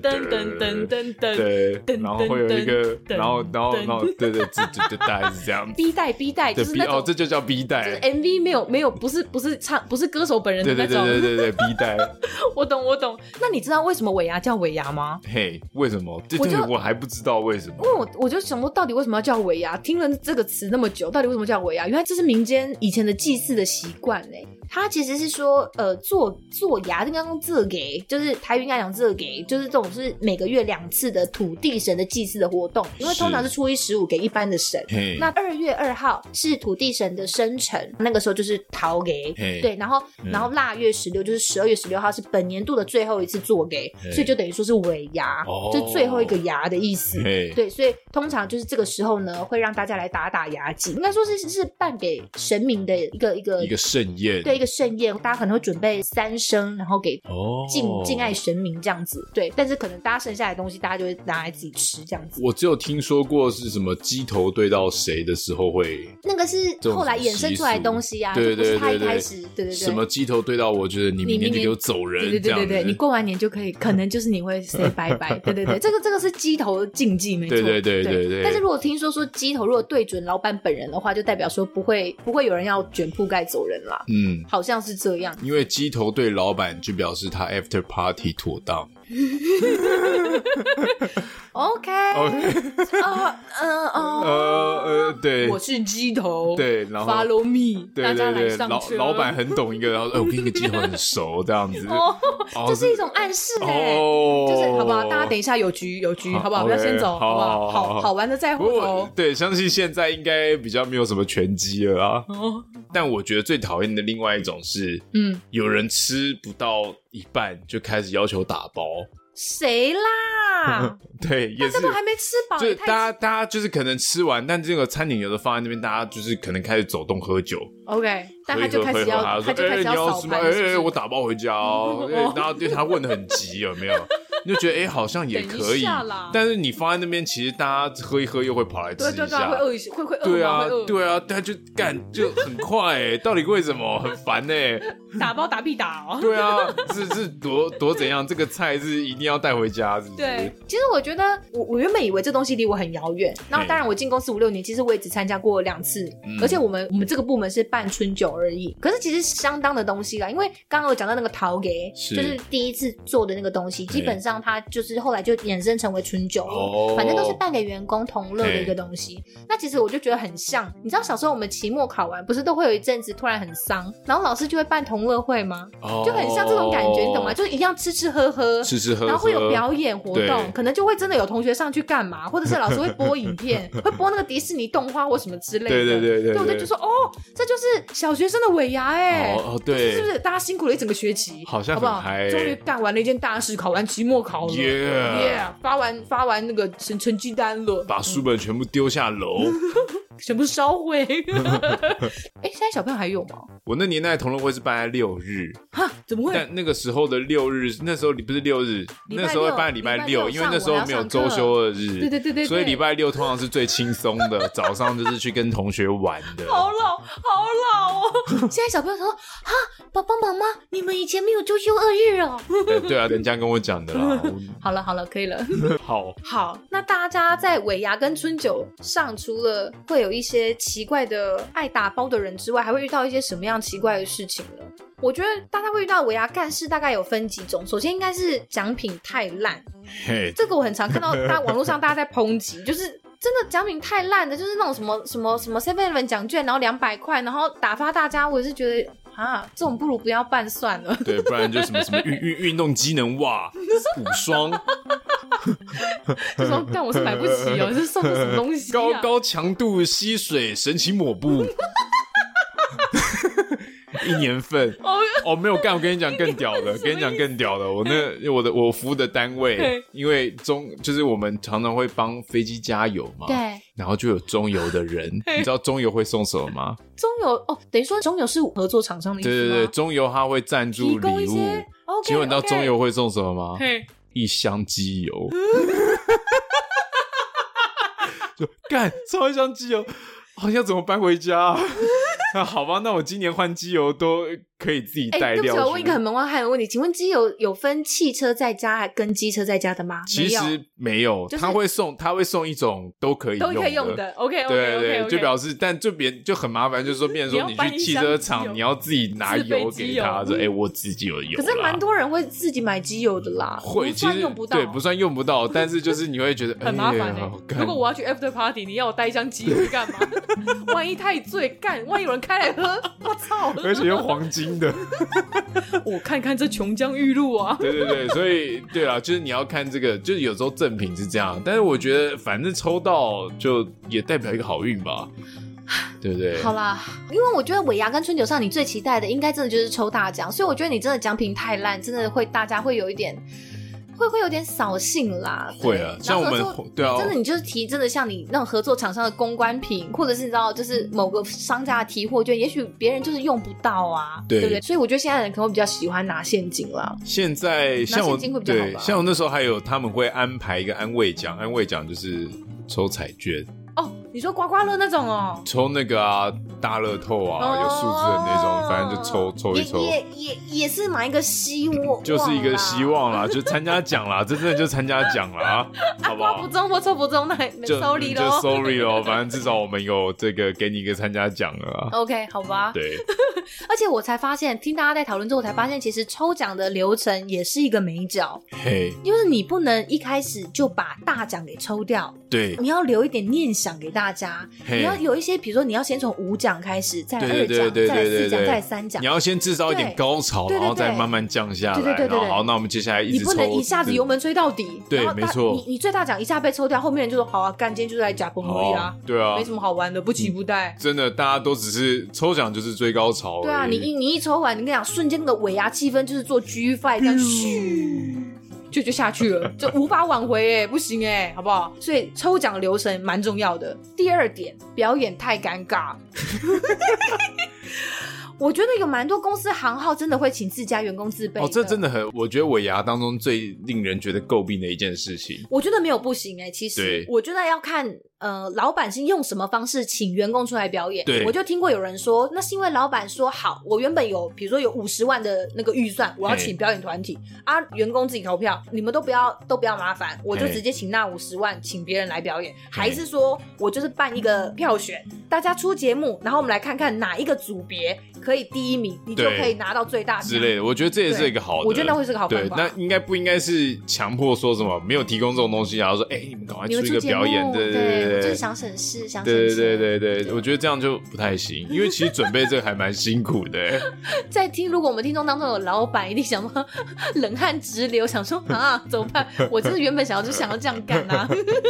S1: 噔噔
S2: 噔
S1: 噔噔。噔噔
S2: 对
S1: 噔，
S2: 然后会有一个，
S1: 噔
S2: 然后，然后，
S1: 噔
S2: 然后，对对，对对对，大概是这样子。
S1: ，B 带 B 带，就
S2: 对
S1: 是
S2: ，B
S1: 那
S2: 哦
S1: 种，
S2: 这就叫 B
S1: 就是
S2: 带，
S1: MV 没有没有，不是不是唱，不是歌手本人的
S2: 对
S1: 那
S2: 对对
S1: 种。
S2: 对对对，B 带。
S1: 我懂我懂。那你知道为什么尾牙叫尾牙吗？
S2: 嘿，为什么？这
S1: 我就
S2: 这我还不知道为什么
S1: 因。为我我就想说，到底为什么要叫尾牙？听了这个词那么久，到底为什么叫尾牙？原来这是民间以前的祭祀的习惯嘞。它其实是说，呃，做做牙刚刚这给，就是台语应该讲这给，就是这种是每个月两次的土地神的祭祀的活动，因为通常是
S2: 是
S1: 初一十五给一般的神，
S2: 嘿，
S1: 那二月二号是土地神的生辰，那个时候就是桃给，
S2: 嘿
S1: 对，然后
S2: 嗯
S1: 然后腊月十六就是十二月十六号是本年度的最后一次做给，
S2: 嘿
S1: 所以就等于说是尾牙，
S2: 哦
S1: 就最后一个牙的意思。
S2: 嘿，
S1: 对，所以通常就是这个时候呢，会让大家来打打牙祭，应该说是是办给神明的一个一个
S2: 一个盛宴，
S1: 对一个盛宴，大家可能会准备三牲，然后给
S2: 哦，
S1: 敬、敬爱。神明这样子。对，但是可能大家剩下的东西，大家就会拿来自己吃这样子。
S2: 我只有听说过是什么鸡头对到谁的时候会
S1: 那个是
S2: 种
S1: 后来衍生出来的东西啊，
S2: 习俗
S1: 就不是他一
S2: 对对对对
S1: 开始，对对对，
S2: 什么鸡头对到我，就是你
S1: 你明
S2: 明天就
S1: 年
S2: 给我走
S1: 对对
S2: 人，这
S1: 对
S2: 样
S1: 对
S2: 子
S1: 对，你过完年就可以，可能就是你 会 say 拜拜，对对对，这个这个是鸡头禁忌，没错，
S2: 对对对
S1: 对
S2: 对对
S1: 但是如果听说说鸡头如果对准老板本人的话，就代表说不会不会有人要卷铺盖走人啦，
S2: 嗯。
S1: 好像是这样。
S2: 因为鸡头对老板，就表示他 after party 妥当。
S1: OK，
S2: 哦，
S1: 哦，嗯
S2: 呃
S1: 哦，
S2: 呃，对，
S1: 我是鸡头，
S2: 对，然后
S1: Follow me，
S2: 对
S1: 大家
S2: 对
S1: 来
S2: 对，
S1: 上
S2: 老
S1: 车
S2: 老板很懂一个，然后哎，我跟一个鸡头很熟，这样子。
S1: 哦，
S2: 哦
S1: 这是一种暗示哎，
S2: 哦，
S1: 就是好不好？大家等一下有局有局，
S2: 好
S1: 好不好？
S2: OK，
S1: 不要先走，
S2: 好
S1: 好不
S2: 好
S1: 好？
S2: 好好
S1: 好好玩的再回
S2: 不过
S1: 头。
S2: 对，相信现在应该比较没有什么拳击了啊。
S1: 哦，
S2: 但我觉得最讨厌的另外一种是，
S1: 嗯，
S2: 有人吃不到一半就开始要求打包，
S1: 谁 啦？
S2: 对，也
S1: 这
S2: 是
S1: 都。还没吃饱，
S2: 就
S1: 也
S2: 是
S1: 太
S2: 大家，大家就是可能吃完，但这个餐点有的放在那边，大家就是可能开始走动喝酒，
S1: OK，但
S2: 喝
S1: 他
S2: 一
S1: 就
S2: 喝
S1: 开
S2: 喝一
S1: 始
S2: 喝
S1: 要，
S2: 啊
S1: 他
S2: 说
S1: 就
S2: 哎
S1: 开始
S2: 你要
S1: 扫
S2: 吃吗？
S1: 盘
S2: 哎
S1: 了，是不
S2: 哎，
S1: 是
S2: 我打包回家哦。 哎
S1: 哦
S2: 然后对他问的很急，有没有？你就觉得哎，好像也
S1: 等一
S2: 可以
S1: 下啦，
S2: 但是你放在那边，其实大家喝一喝又会跑来吃
S1: 对
S2: 一
S1: 对对，
S2: 下，
S1: 会饿一些，会会饿
S2: 对
S1: 吗
S2: 啊
S1: 会，饿，
S2: 对啊，他就干就很快哎、到底为什么很烦呢、
S1: 打包打必打哦。
S2: 对啊，是是多多怎样？这个菜是一定要带回家，是不是？
S1: 对，，其实我觉得我我原本以为这东西离我很遥远，然后
S2: 嘿
S1: 当然我进公司五六年，其实我也只参加过两次，
S2: 嗯
S1: 而且我们我们这个部门是办春酒而已。可是其实相当的东西啦，因为刚刚有讲到那个陶给，
S2: 是
S1: 就是第一次做的那个东西，基本上它就是后来就衍生成为春酒了，
S2: 哦
S1: 反正都是办给员工同乐的一个东西。那其实我就觉得很像，你知道小时候我们期末考完，不是都会有一阵子突然很丧，然后老师就会办同乐会吗？
S2: 哦
S1: 就很像这种感觉，你懂吗？就是一样吃吃喝喝，
S2: 吃吃喝喝，
S1: 然后会有表演活
S2: 对
S1: 动，可能就会真的有同学上去干嘛，或者是老师会播影片， 会播那个迪士尼动画或什么之类的。
S2: 对对对对
S1: 对，我就
S2: 对
S1: 觉得说，哦，这就是小学生的尾牙哎、
S2: 哦哦对
S1: 是不是？大家辛苦了一整个学期，
S2: 好像
S1: 好不
S2: 很
S1: 好
S2: 嗨欸？
S1: 终于干完了一件大事，考完期末考了
S2: Yeah
S1: Yeah，发完发完那个成成绩单了，
S2: 把书本全部丢下楼。
S1: 全部烧毁。 哎，现在小朋友还有吗？
S2: 我那年代同乐会是办在六日，
S1: 哈，怎么会？
S2: 但那个时候的六日，那时候不是六日，
S1: 礼拜六
S2: 那时候会办礼
S1: 礼
S2: 拜
S1: 拜六
S2: 因为那时候没有周休二日，
S1: 对对对对对
S2: 所以礼拜六通常是最轻松的，早上就是去跟同学玩 的。
S1: 好老，好老哦！ 现在小朋友说：“哈，爸爸妈妈，你们以前没有周休二日哦。
S2: 呃对啊，人家跟我讲的啦。我”
S1: 好了，好了，可以了。
S2: 好，
S1: 好，那大家在尾牙跟春酒上，除了会有一些奇怪的爱打包的人之外，还会遇到一些什么样奇怪的事情呢？我觉得大家会遇到尾牙干事，大概有分几种。首先应该是奖品太烂，
S2: 嘿，
S1: 这个我很常看到大家网络上大家在抨击，就是。真的奖品太烂的，就是那种什么什么什么 Seven Eleven 奖券，然后两百块，然后打发大家，我是觉得啊，这种不如不要办算了。
S2: 对，不然就什么什么运运运动机能 袜、补霜、
S1: 就说但我是买不起哦，这送的什么东西、啊？
S2: 高高强度吸水神奇抹布。 一年份。哦，没有干，我跟你讲更屌 的，跟你讲更屌的，我
S4: 嗯
S2: 那我的我服务的单位
S4: 嘿，
S2: 因为中就是我们常常会帮飞机加油嘛，
S1: 对，
S2: 然后就有中油的人，你知道中油会送什么吗？
S4: 中油哦，等于说中油是合作厂商的意思
S2: 对对
S4: 吗
S2: 对，中油它会赞助
S4: 提供
S2: 礼
S4: 一
S2: 物，
S4: 些。OK，
S2: 请问你知道
S4: OK
S2: 中油会送什么吗？
S4: 嘿，
S2: 一箱机油，就干烧一箱机油，好像怎么搬回家、啊？ 那好吧，那我今年换机油都可以自己带
S4: 哎，对不
S2: 料
S4: 起，
S2: 去。
S4: 我问一个很门外汉的问题，请问机油有分汽车在家还跟机车在家的吗？
S2: 其
S4: 没有
S2: 实没有，
S4: 就是
S2: 他会送，他会送一种都可以
S4: 都可以用
S2: 的。
S4: 的。OK，
S2: 对对，就表示，但就别就很麻烦，就是说，变成说
S4: 你要搬
S2: 去
S4: 一
S2: 汽
S4: 箱
S2: 车
S4: 机
S2: 厂，
S4: 油
S2: 你要自己拿
S4: 自备
S2: 油
S4: 机
S2: 给
S4: 油
S2: 他，说，
S4: 嗯
S2: 哎，我自己有油啦。
S4: 可是蛮多人会自己买机油的啦，
S2: 会，
S4: 不
S2: 其
S4: 算
S2: 实
S4: 用不到，
S2: 对，不算用不到，但是就是你会觉得
S4: 很麻烦
S2: 哎
S4: 欸
S2: 呀好干
S4: 如果我要去 after party，你要我带一箱机油去干嘛？ 万一太醉干，万一有人开来喝，我 操！
S2: 而且用哎黄金的，
S4: 我看看这琼浆玉露啊，
S2: 对对对，所以对啦，就是你要看这个，就是有时候赠品是这样，但是我觉得反正抽到就也代表一个好运 吧，对不对？
S4: 好啦，
S1: 因为我觉得尾牙跟春酒上，你最期待的应该真的就是抽大奖，所以我觉得你真的奖品太烂，真的会大家会有一点，会会有点扫兴啦。对
S2: 会啊，像我们
S1: 然后合作
S2: 对啊，
S1: 真的，你就是提真的像你那种合作厂商的公关品，或者是你知道，就是某个商家的提货券，也许别人就是用不到啊，
S2: 对
S1: 对不对？
S4: 所以我觉得现在人可能会比较喜欢拿现金啦。
S2: 现在像我
S1: 现金会比较好
S2: 对，
S1: 吧
S2: 像我那时候还有他们会安排一个安慰奖，安慰奖就是抽彩券，
S4: 哦，你说刮刮乐那种哦，
S2: 抽那个啊大乐透啊，有数字的那种，
S1: 哦
S2: 反正就抽抽一抽。
S1: 也也也也是买一个希望，
S2: 就是一个希。望 啦，就参加奖啦，真正就参加奖啦，好不
S4: 啊刮不
S2: 好？
S4: 中或抽不中，那也没
S2: 就
S4: sorry
S2: 就
S4: 咯。
S2: sorry 咯，反正至少我们有这个给你一个参加奖了啊。
S1: OK，好吧。
S2: 对，
S1: 而且我才发现，听大家在讨论之后，我才发现其实抽奖的流程也是一个美角，
S2: 嘿，
S1: 因为你不能一开始就把大奖给抽掉，
S2: 对，
S1: 你要留一点念想给大家。嗯
S2: 嘿
S1: 你要有一些，比如说你要先从五奖开始，再来
S2: 对
S1: 二
S2: 对
S1: 奖，
S2: 对对
S1: 再来
S2: 对
S1: 四奖，
S2: 对
S1: 再来三奖
S2: 你。要先制造一点
S1: 对
S2: 高潮，
S1: 对对
S2: 然后再
S1: 对
S2: 慢慢降下
S1: 对对
S2: 来。
S1: 对对
S2: 然后
S1: 对
S2: 好，那我们接下来一
S4: 你
S2: 直
S4: 不能
S2: 抽
S4: 一下子
S2: 对
S4: 油门吹到底，
S2: 对
S4: 然后
S2: 没
S4: 大
S2: 错
S4: 你你最大奖一下被抽掉，后面人就说好啊，干今天就是来假崩而已啊
S2: 哦，，对啊
S4: 没，什么好玩的，不期不待。
S2: 真的，大家都只是抽奖就是最高潮而已。
S1: 对啊，你一你一抽完，你跟你讲，瞬间那个尾牙气氛就是做 G five 这样咻。
S4: 就就下 去了，就无法挽回哎、不行哎、好不好？所以抽奖流程蛮重要的。第二点，表演太尴 尬。
S1: 我觉得有蛮多公司行号真的会请自家员工自备
S2: 哦，这真
S1: 的，
S2: 的很，我觉得尾牙当中最令人觉得诟病的一件事情。
S1: 我觉得没有不行哎、其实
S2: 对
S1: 我觉得要看呃，老板是用什么方式请员工出来表演。
S2: 对
S1: 我就听过有人说，那是因为老板说好，我原本有比如说有五十万的那个预算，我要
S2: 嘿
S1: 请表演团体啊，员工自己投票，你们都不要都不要麻烦，我就
S2: 嘿
S1: 直接请那五十万请别人来表演，还是说我就是办一个票选，大家出节目，然后我们来看看哪一个组别可以第一名，你就
S2: 对
S1: 可以拿到最大
S2: 之
S1: 奖
S2: 类的，我觉得这也是一个好的，
S4: 我觉得那会是个好
S2: 对
S4: 方，法。
S2: 那应该不应该是强迫说什么没有提供这种东西，然后说哎、你们赶快
S1: 你
S2: 出
S1: 们
S2: 一
S1: 出
S2: 个
S1: 节目，
S2: 表演，对对
S1: 我
S2: 对
S1: 就是
S2: 对。
S1: 想省事，想省
S2: 对
S1: 钱。
S2: 对对对对，我觉得这样就不太行，因为其实准备这个还蛮辛苦的、欸
S1: 在听，如果我们听众当中有老板，一定想说冷汗直流，想说啊，怎么办？我就是原本想要就想要这样干啊，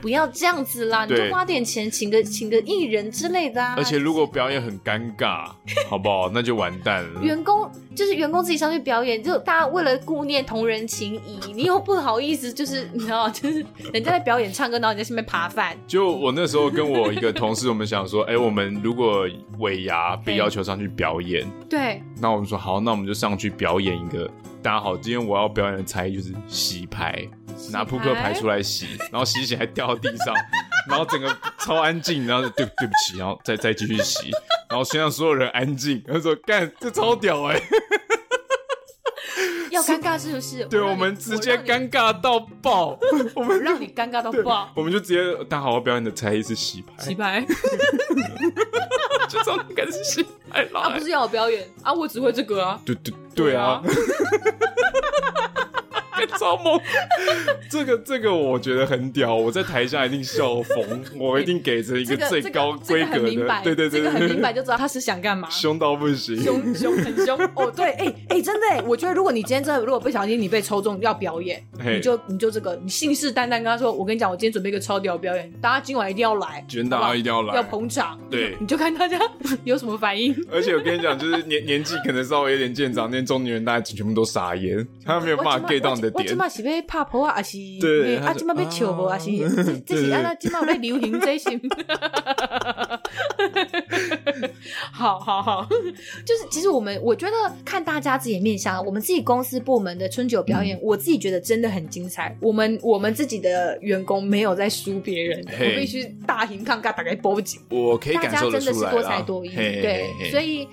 S1: 不要这样子啦，你
S2: 对
S1: 就花点钱请个请个艺人之类的啊。
S2: 而且如果表演很尴尬，好不好？那就完蛋了。
S1: 员工就是员工自己上去表演，就大家为了顾念同人情谊，你又不好意思，就是你知道， 就是人家在表演唱歌，然后你在下面扒饭，
S2: 就我那时候跟我一个同事，我们想说，哎、我们如果尾牙被要求上去表演，
S1: 对，
S2: 那我们说好，那我们就上去表演一个。大家好，今天我要表演的才艺就是洗牌，拿扑克
S1: 哎
S2: 牌出来洗，然后洗一洗还掉到地上，然后整个超安静，然后就对对不起，然后再再继续洗，然后先让所有人安静。他说干，这超屌哎、
S1: 要尴尬是不是？
S2: 对
S1: 让你
S2: 我们直接
S1: 我让你
S2: 尴尬到爆， 我们
S4: 让你尴尬到
S2: 对
S4: 爆，，
S2: 我们就直接大家好，我表演的才艺是洗 牌，
S4: 洗牌
S2: 就从开始洗牌
S4: 啊，
S2: 啦
S4: 不。是要我表演啊，我只会这个啊，
S2: 对对对啊，
S4: 对
S2: 超猛！这个这个我觉得很屌，我在台下一定笑疯，我一定给这一
S1: 这个
S2: 最高规
S1: 这个这个很
S2: 格
S1: 明
S2: 的
S1: 白，，
S2: 对对对，
S1: 这个很
S2: 对
S1: 明白，就知道他是想干嘛。
S2: 凶到不行。
S1: 凶凶很凶哦，对，哎、哎、真的哎，我觉得如果你今天真的如果不小心你被抽中要表演，
S2: 嘿
S1: 你就你就这个，你信誓旦旦跟他说，我跟你讲，我今天准备一个超屌表演，大家今晚一定要来，
S2: 觉得大家一定要来
S1: 要捧场，
S2: 对
S1: 你就看大家 有什么反应。
S2: 而且我跟你讲，就是年年纪可能稍微有点渐长，那些中年人大家全部都傻眼，他没有办法 get 到你的
S1: 我今
S2: 点。
S1: 麦是被拍婆啊，还是
S2: 对
S1: 啊，
S2: 他就
S1: 今麦被笑婆啊，还是这这
S2: 对
S1: 是
S2: 对
S1: 啊，那今麦被流行这些。好好好，就是其实我们我觉得看大家自己的面相，啊我们自己公司部门的春酒表
S2: 嗯
S1: 演，我自己觉得真的很精彩。我们我们自己的员工没有在输别人的，
S2: 嘿
S1: 我必须大型抗尬，大概波及。
S2: 我可以
S1: 大
S2: 感
S1: 家
S2: 受
S1: 真
S2: 得
S1: 的是
S2: 出来
S1: 多
S2: 啦
S1: 才多艺，
S2: 嘿
S1: 对
S2: 嘿，嘿
S1: 所以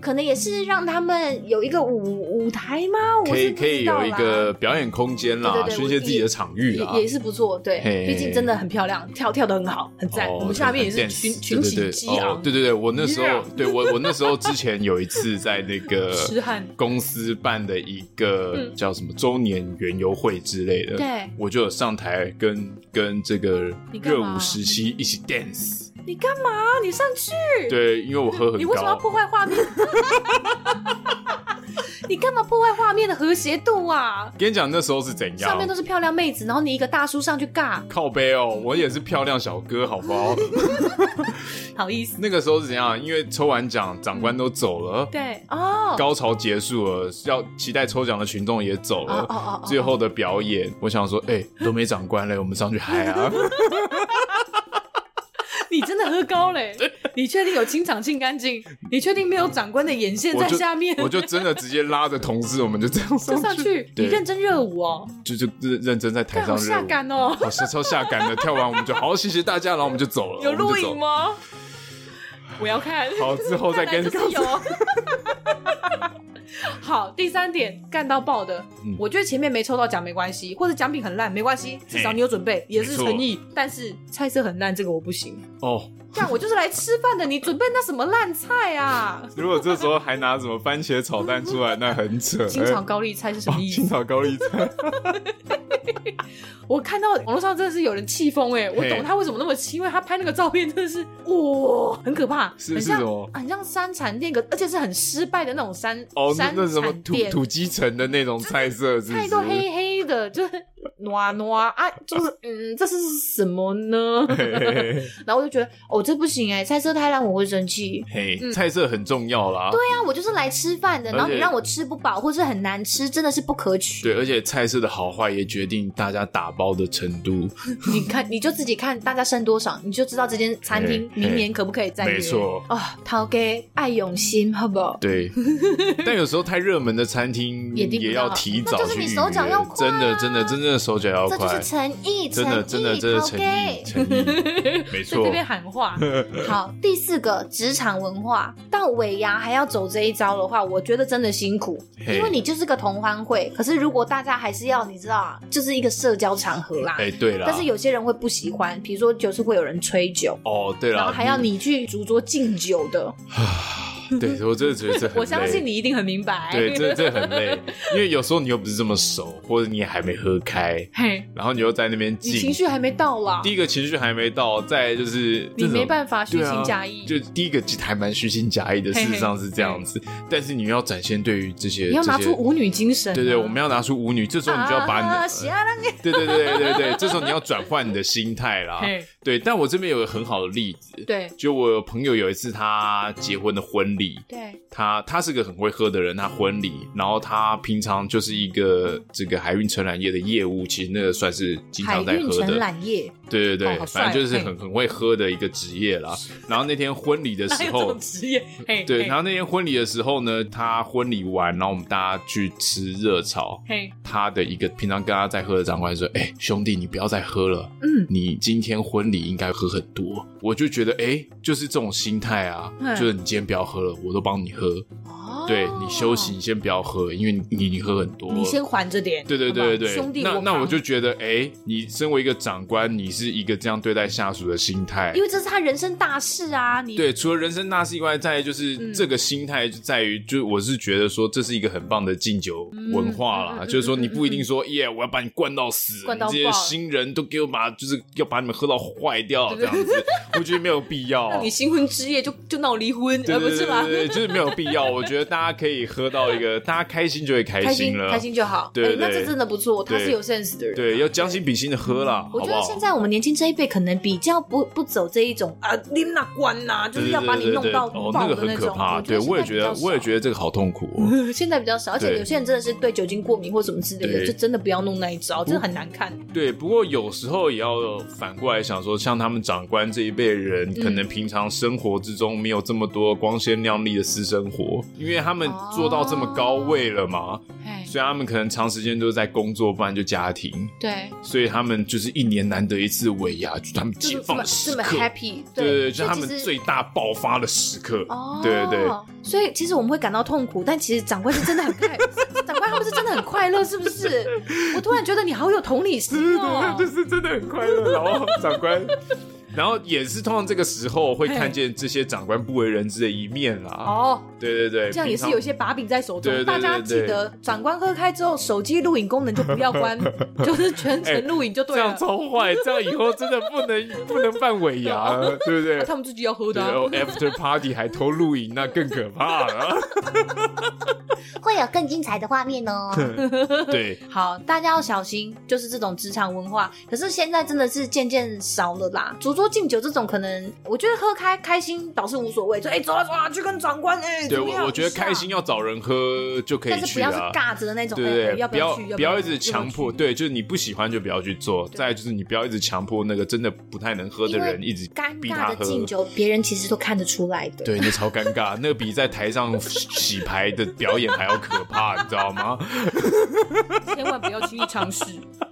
S1: 可能也是让他们有一个舞舞台吗？我
S2: 可
S1: 是
S2: 以
S1: 不
S2: 可以
S1: 知道
S2: 有一
S1: 啦
S2: 个表演空间啦
S1: 对，对对
S2: 宣泄自己的场域啊啦
S1: 也。也是不错，对
S2: 嘿，
S1: 毕竟真的很漂亮，跳跳的很好，很赞。
S2: 哦
S1: 我们下面也是
S2: 很
S1: 群
S2: dense，
S1: 群
S2: 对
S1: 起
S2: 对
S1: 激
S2: 对哦
S1: 昂，
S2: 对对对，我那时候
S1: Yeah
S2: 对我我那时候之前有一次在那个
S1: 痴汉
S2: 公司办的一个
S1: 嗯
S2: 叫什么周年园游会之类的，
S1: 对
S2: 我就有上台跟跟这个
S1: 你干
S2: 热
S1: 嘛
S2: 舞时期一起 dance。
S1: 你干嘛？你上去？
S2: 对，因为我喝很
S1: 你为什么要
S2: 高，
S1: 破坏画面？ 你干嘛破坏画面的和谐度啊？
S2: 跟你讲那时候是怎
S1: 上面
S2: 样
S1: 都。是漂亮妹子，然后你一个大叔上去尬，
S2: 靠背哦，我也是漂亮小哥，好不好？
S1: 好意思？
S2: 那个时候是怎样？因为抽完奖，长官都走了，
S1: 对哦，
S2: 高潮结束了，要期待抽奖的群众也走了，
S1: 哦哦哦哦
S2: 最后的表演，我想说，哎、都没长官嘞，我们上去嗨 啊！
S1: 你真的喝高 嘞？你确定有清场清干净？你确定没有长官的眼线
S2: 我
S1: 在
S2: 就
S1: 下面？
S2: 我就真的直接拉着同事，我们就这样上
S1: 就
S2: 去，
S1: 上去，你
S2: 对
S1: 认真热舞哦，
S2: 就就认认真在台
S1: 干
S2: 上
S1: 好
S2: 热
S1: 下
S2: 舞，
S1: 感哦。
S2: 好是超下感的，跳完我们就好，谢谢大家，然后我们就走了，
S1: 有
S2: 我们
S1: 录
S2: 就走
S1: 影？吗？我要看。
S2: 好，之后再跟
S1: 看来就是有。好，第三点，干到爆的，
S2: 嗯
S1: 我觉得前面没抽到奖没关系，或者奖品很烂没关系，至少你有准备，也是诚意。但是菜色很烂，这个我不行。
S2: 哦。
S1: 但我就是来吃饭的，你准备那什么烂菜啊？
S2: 如果这时候还拿什么番茄炒蛋出来，那很扯。
S1: 清炒高丽菜是什
S2: 哦
S1: 么意思
S2: 清？炒高丽菜，
S1: 我看到网络上真的是有人气疯哎，我
S2: 嘿
S1: 懂他为什么那么气，因为他拍那个照片真的是哇，很可怕，
S2: 是
S1: 很
S2: 是
S1: 像
S2: 什么
S1: 很像山产店个，而且是很失败的那种山
S2: 哦，那
S1: 山
S2: 那是什么
S1: 产
S2: 土
S1: 店，
S2: 土鸡城的那种菜色，是不
S1: 菜
S2: 是？
S1: 都黑黑的，就是暖暖啊，就是嗯，这是什么呢？
S2: 嘿嘿嘿
S1: 然后我就觉得哦，这不行哎，菜色太烂我会生气。
S2: 嘿，菜色很重要啦。
S1: 嗯对啊，我就是来吃饭的，
S2: 而且
S1: 然后你让我吃不饱或是很难吃，真的是不可取。
S2: 对，而且菜色的好坏也决定大家打包的程度。
S1: 你看，你就自己看大家剩多少，你就知道这间餐厅
S2: 嘿嘿
S1: 明年可不可以再约。
S2: 没错
S1: 啊，陶给爱用心，好不好？
S2: 对， 但有时候太热门的餐厅
S1: 也订不到
S2: 要提
S5: 那
S2: 早
S5: 就是
S2: 去
S5: 你
S2: 预约
S5: 手脚要，快
S2: 真
S5: 啊
S2: 的真的真正的手脚要
S5: 这就是
S2: 快，
S5: 诚意，
S2: 真
S5: 诚
S2: 的
S5: 意，
S2: 真的这是诚意
S5: OK
S2: 诚意，没
S1: 在这
S2: 错。
S1: 边喊 话，
S5: 好，
S1: 第四个职场文化，到尾牙还要走这一招的话，我觉得真的辛苦，
S2: 嘿
S1: 因为你就是个同欢会。可是如果大家还是要，你知道啊，就是一个社交场合啦。
S2: 哎，对啦，
S1: 但是有些人会不喜欢，比如说就是会有人吹酒，
S2: 哦，对啦，
S1: 然后还要你去主桌敬酒的。
S2: 嗯， 对我真的觉得这很
S1: 我相信
S2: 累。
S1: 你一定很明白。
S2: 对，这这很累，因为有时候你又不是这么熟，或者你还没喝开，
S1: 嘿，
S2: 然后你又在那边
S1: 你
S2: 静，
S1: 情绪还没到啦，
S2: 第一个情绪还没到，再来就是
S1: 你没办法
S2: 法
S1: 虚情假意。
S2: 啊就第一个其实还蛮虚情假意的，
S1: 嘿嘿
S2: 事实上是这样子，但是你要展现对于这些，
S1: 你要拿
S2: 这
S1: 出
S2: 些
S1: 舞女精神啊、
S2: 对对，我们要拿出舞女，这时候你就要把你的，呃
S1: 啊喜爱浪
S2: 对对对对对对，这时候你要转换你的心态啦。
S1: 嘿
S2: 对，但我这边有个很好的例子，
S1: 对
S2: 就我有朋友有一次他结婚的婚礼，
S1: 对，
S2: 他他是个很会喝的人，他婚礼，然后他平常就是一个这个海运承揽业的业务，其实那个算是经
S1: 海
S2: 常在
S1: 运
S2: 喝
S1: 承
S2: 的，
S1: 揽业
S2: 对对
S1: 哦
S2: 对，
S1: 好帅
S2: 反正就是
S1: 嘿
S2: 很很会喝的一个职业 啦。然后那天婚礼的
S1: 哪
S2: 时
S1: 有 哎这
S2: 候
S1: 种，职业？嘿，
S2: 对，
S1: 嘿
S2: 然后那天婚礼的时候呢，他婚礼完，然后我们大家去吃热炒，
S1: 嘿，
S2: 他的一个平常跟他在喝的长官说：“哎、兄弟，你不要再喝了，
S1: 嗯，
S2: 你今天婚礼应该喝很多。”我就觉得，哎、就是这种心态啊，
S1: 嗯
S2: 就是你今天不要喝了，我都帮你喝。
S1: 哦
S2: 对你休息，你先不要喝，因为你你你喝很多，
S1: 你先缓着点。
S2: 对对
S1: 好不
S2: 对
S1: 好
S2: 对对，
S1: 兄弟
S2: 那
S1: 我
S2: 那我
S1: 扛
S2: 就觉得，哎，你身为一个长官，你是一个这样对待下属的心态
S1: 因。为这是他人生大事啊，你
S2: 对，除了人生大事以外，再来就是
S1: 嗯
S2: 这个心态就在于，就我是觉得说这是一个很棒的敬酒文化啦，
S1: 嗯嗯嗯嗯
S2: 就是说你
S1: 嗯
S2: 不一定说耶，我要把你灌到死，
S1: 灌到
S2: 你这些
S1: 爆
S2: 新人都给我把就是要把你们喝到坏掉这样子，我觉得没有必 要。
S1: 你新婚之夜就就闹离婚，
S2: 对
S1: 而不
S2: 对
S1: 是
S2: 对
S1: 吗？
S2: 对，就是没有必要。我觉得大家可以喝到一个，大家开心就会开
S1: 开
S2: 心
S1: 心
S2: 了。
S1: 开心就好。
S2: 对
S1: 哎
S2: 对
S1: 那这真的不错，他
S2: 对
S1: 是有 sense 的人。啊
S2: 对，要将心比心的喝啦，好
S1: 嗯我觉
S2: 不
S1: 得
S2: 好？
S1: 现在我们年轻这一辈可能比较不不走这一种啊，你那关呐，就是要把你弄到
S2: 对对对对对哦，
S1: 爆
S2: 个
S1: 的
S2: 很可
S1: 种。
S2: 怕。对，我也觉得，我也
S1: 得
S2: 觉得这个好痛苦哦。
S1: 现在比较 少。现在比较少，而且
S2: 对
S1: 有些人真的是对酒精过敏或什么之类的，
S2: 对
S1: 就真的不要弄那一招，真的很难看。
S2: 对，不过有时候也要反过来想说，像他们长官这一辈人，可
S1: 嗯
S2: 能平常生活之中没有这么多光鲜亮丽的私生活，因为他们
S1: 哦
S2: 做到这么高位了嘛，
S6: 哎，
S2: 所以他们可能长时间都是在工作，不然就家庭，
S6: 对，
S2: 所以他们就是一年难得一次尾牙，就他们
S1: 就
S2: 解
S1: 是这
S2: 放
S1: 么
S2: 的时
S1: 这么
S2: 刻。
S1: happy，
S2: 对对，就
S1: 所
S2: 是
S1: 以
S2: 他
S1: 其
S2: 们
S1: 实
S2: 最大爆发的时刻。
S1: 哦，
S2: 对对，
S1: 所以其实我们会感到痛 苦，但其实长官是真的很快， 长官他们是真的很快乐，是不是？我突然觉得你好有同理心 哦，
S2: 就是真的很快乐。然后 长官，然后也是通常这个时候会看见这些长官不为人知的一面啦。
S1: 哦，
S2: 对对对，
S1: 这样也是
S2: 平常
S1: 有一些把柄在手中。
S2: 对对对
S1: 大家记得，长官喝开之后，手机录影功能就不要 关，就是全程录影就
S2: 哎这
S1: 对了。啊
S2: 样超坏，这样以后真的不能 不能办尾牙了，对不对？
S1: 他们自己要喝的
S2: 对，哦
S1: 啊、
S2: 然后 after party 还偷录影，那更可怕啊 了。
S6: 会有更精彩的画面哦。
S2: 对，
S1: 好，大家要小心，就是这种职场文化。可是现在真的是渐渐少了啦。主桌敬酒这种，可能我觉得喝开开心倒是无所谓，就哎、走啊走啊，去跟长官哎、
S2: 对
S1: 怎么样
S2: 我我觉得
S1: 一下
S2: 开心要找人喝就可以
S1: 但是不
S2: 去
S1: 要是
S2: 啊。
S1: 尬着的那种，
S2: 对
S1: 哎
S2: 对
S1: 哎
S2: 对，
S1: 要
S2: 不
S1: 要
S2: 要
S1: 去？要
S2: 不要一直强
S1: 去
S2: 迫，对，就是你不喜欢就不要去做。再来就是你不要一直强迫那个真的不太能喝的
S1: 因为
S2: 人一直
S1: 尴
S2: 逼
S1: 尬
S2: 他
S1: 的
S2: 喝。
S1: 敬酒，别人其实都看得出来的。
S2: 对，那超尴尬，那比在台上洗牌的表演还要可怕，你知道吗？
S1: 千万不要轻易尝试。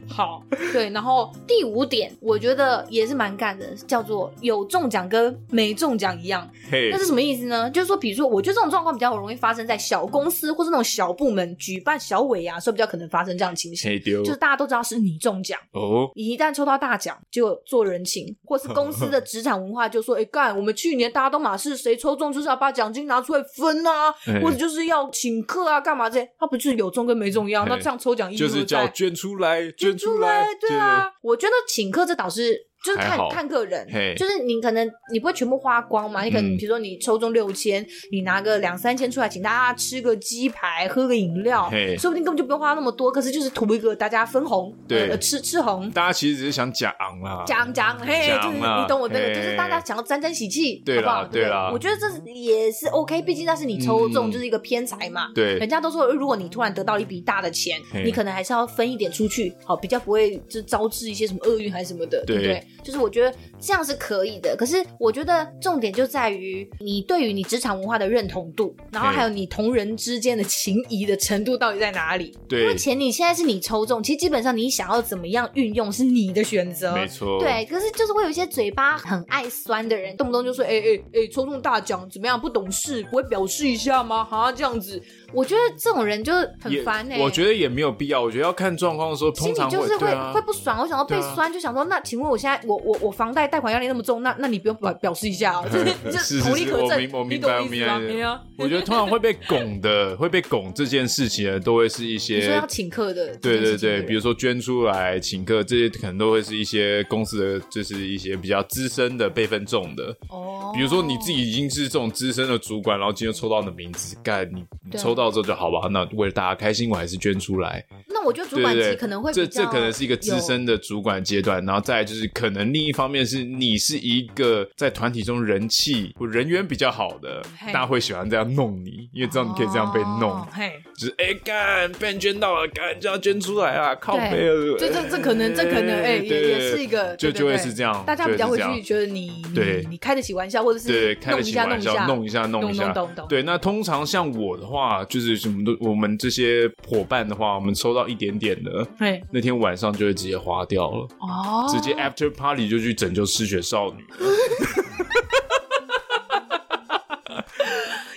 S1: 好，对，然后第五点，我觉得也是蛮干的，叫做有中奖跟没中奖一样。
S2: 嘿
S1: 那，是什么意思呢？就是说，比如说，我觉得这种状况比较容易发生在小公司或是那种小部门举办小啊尾牙的时候，比较可能发生这样的情形。
S2: 嘿丢
S1: 就是大家都知道是你中奖，
S2: 哦，
S1: 你一旦抽到大奖，就做人情，或是公司的职场文化就说，哎、干，我们去年大家都马是谁抽中就是要把奖金拿出来分啊，
S2: 哎
S1: 或者就是要请客啊，干嘛这些，他不就是有中跟没中一样？那
S2: 哎
S1: 这样抽奖意义
S2: 就
S1: 何
S2: 是
S1: 在
S2: 叫捐出来，捐
S1: 出
S2: 来，
S1: 对啊，我觉得请客这倒是。就是
S2: 还
S1: 看
S2: 好
S1: 看个人
S2: 嘿，
S1: 就是你可能你不会全部花光嘛，你可能
S2: 嗯
S1: 比如说你抽中六千，你拿个两三千出来请大家吃个鸡排，喝个饮料，
S2: 嘿
S1: 说不定根本就不用花那么多，可是就是图一个大家分红，
S2: 对
S1: 呃吃吃红
S2: 对，大家其实只是想假昂啦，
S1: 讲讲，嘿，
S2: 讲
S1: 就是
S2: 啦
S1: 你懂我那个，就是大家
S2: 嘿
S1: 想要沾沾喜气，
S2: 啊对
S1: 好不
S2: 啦
S1: 好？对不
S2: 对啦
S1: 我觉得这是也是 OK，毕竟那是你抽中，
S2: 嗯
S1: 就是一个偏财嘛。
S2: 对
S1: 人家都说，呃如果你突然得到一笔大的钱，
S2: 嘿
S1: 你可能还是要分一点出去，好，比较不会就招致一些什么厄运还是什么的，
S2: 对
S1: 对不对？就是我觉得这样是可以的，可是我觉得重点就在于你对于你职场文化的认同度，然后
S2: 嘿
S1: 还有你同人之间的情谊的程度到底在哪里？因
S2: 对
S1: 为，钱你现在是你抽中，其实基本上你想要怎么样运用是你的选择，
S2: 没错，
S1: 对，可是就是会有一些嘴巴很爱酸的人，动不动就说，哎哎哎，抽中大奖怎么样？不懂事，不会表示一下吗？哈，这样子，我觉得这种人就是
S2: 也
S1: 很烦哎、
S2: 我觉得也没有必要，我觉得要看状况说，
S1: 心
S2: 通
S1: 里
S2: 常
S1: 就是
S2: 对
S1: 会、
S2: 啊
S1: 会，不爽，我想要被
S2: 对啊
S1: 酸，就想说，那请问我现在我我我房贷贷款压力那么重，那那你不用表表示一下 啊，就是
S2: 是是
S1: 这
S2: 是
S1: 同理可
S2: 我
S1: 证，
S2: 明我
S1: 你
S2: 明
S1: 懂
S2: 白
S1: 我
S2: 我
S1: 意
S2: 明
S1: 思
S2: 白
S1: 吗？对啊，
S2: 我觉得通常会被拱的，会被拱这件事情的，都会是一
S1: 你说
S2: 些
S1: 要请客的这
S2: 对
S1: 件
S2: 对
S1: 事情，
S2: 对，比如说捐出来、请客这些，可能都会是一些公司的，就是一些比较资深的辈分重的。
S1: 哦，
S2: 比如说你自己已经是这种资深的主管，然后今天抽到你的名字，干你你
S1: 对啊
S2: 抽到之后就好吧，那为了大家开心，我还是捐出来。
S1: 那我觉得主
S2: 对
S1: 管
S2: 对
S1: 级
S2: 对，
S1: 可能会
S2: 这
S1: 比
S2: 这
S1: 较
S2: 可能是一个资
S1: 有
S2: 深的主管阶段，然后再来就是可能另一方面是你是一个在团体中人气或人缘比较好的，
S1: 嘿
S2: 大家会喜欢这样弄你，因为知道你可以这样被弄，
S1: 哦嘿，
S2: 就是哎干被人捐到了，干就要捐出来啊，靠背了，
S1: 这这这可能，这可能，哎、也
S2: 对
S1: 也是一个，
S2: 就
S1: 对对
S2: 就会
S1: 对
S2: 是这样
S1: 大家比较
S2: 就
S1: 会
S2: 会是这样
S1: 去觉得你，你
S2: 对
S1: 你开得起玩笑，或者是
S2: 对，开得
S1: 弄一
S2: 起
S1: 下，
S2: 玩
S1: 弄
S2: 笑，弄
S1: 一
S2: 一下，弄一下
S1: 弄，懂懂
S2: 对，那通常像我的话，就是什么都，我们这些伙伴的话，我们抽到一点点的，
S1: 嘿，
S2: 那天晚上就会直接花掉了，
S1: 哦，
S2: 直接 after party 就去拯救失血少女了。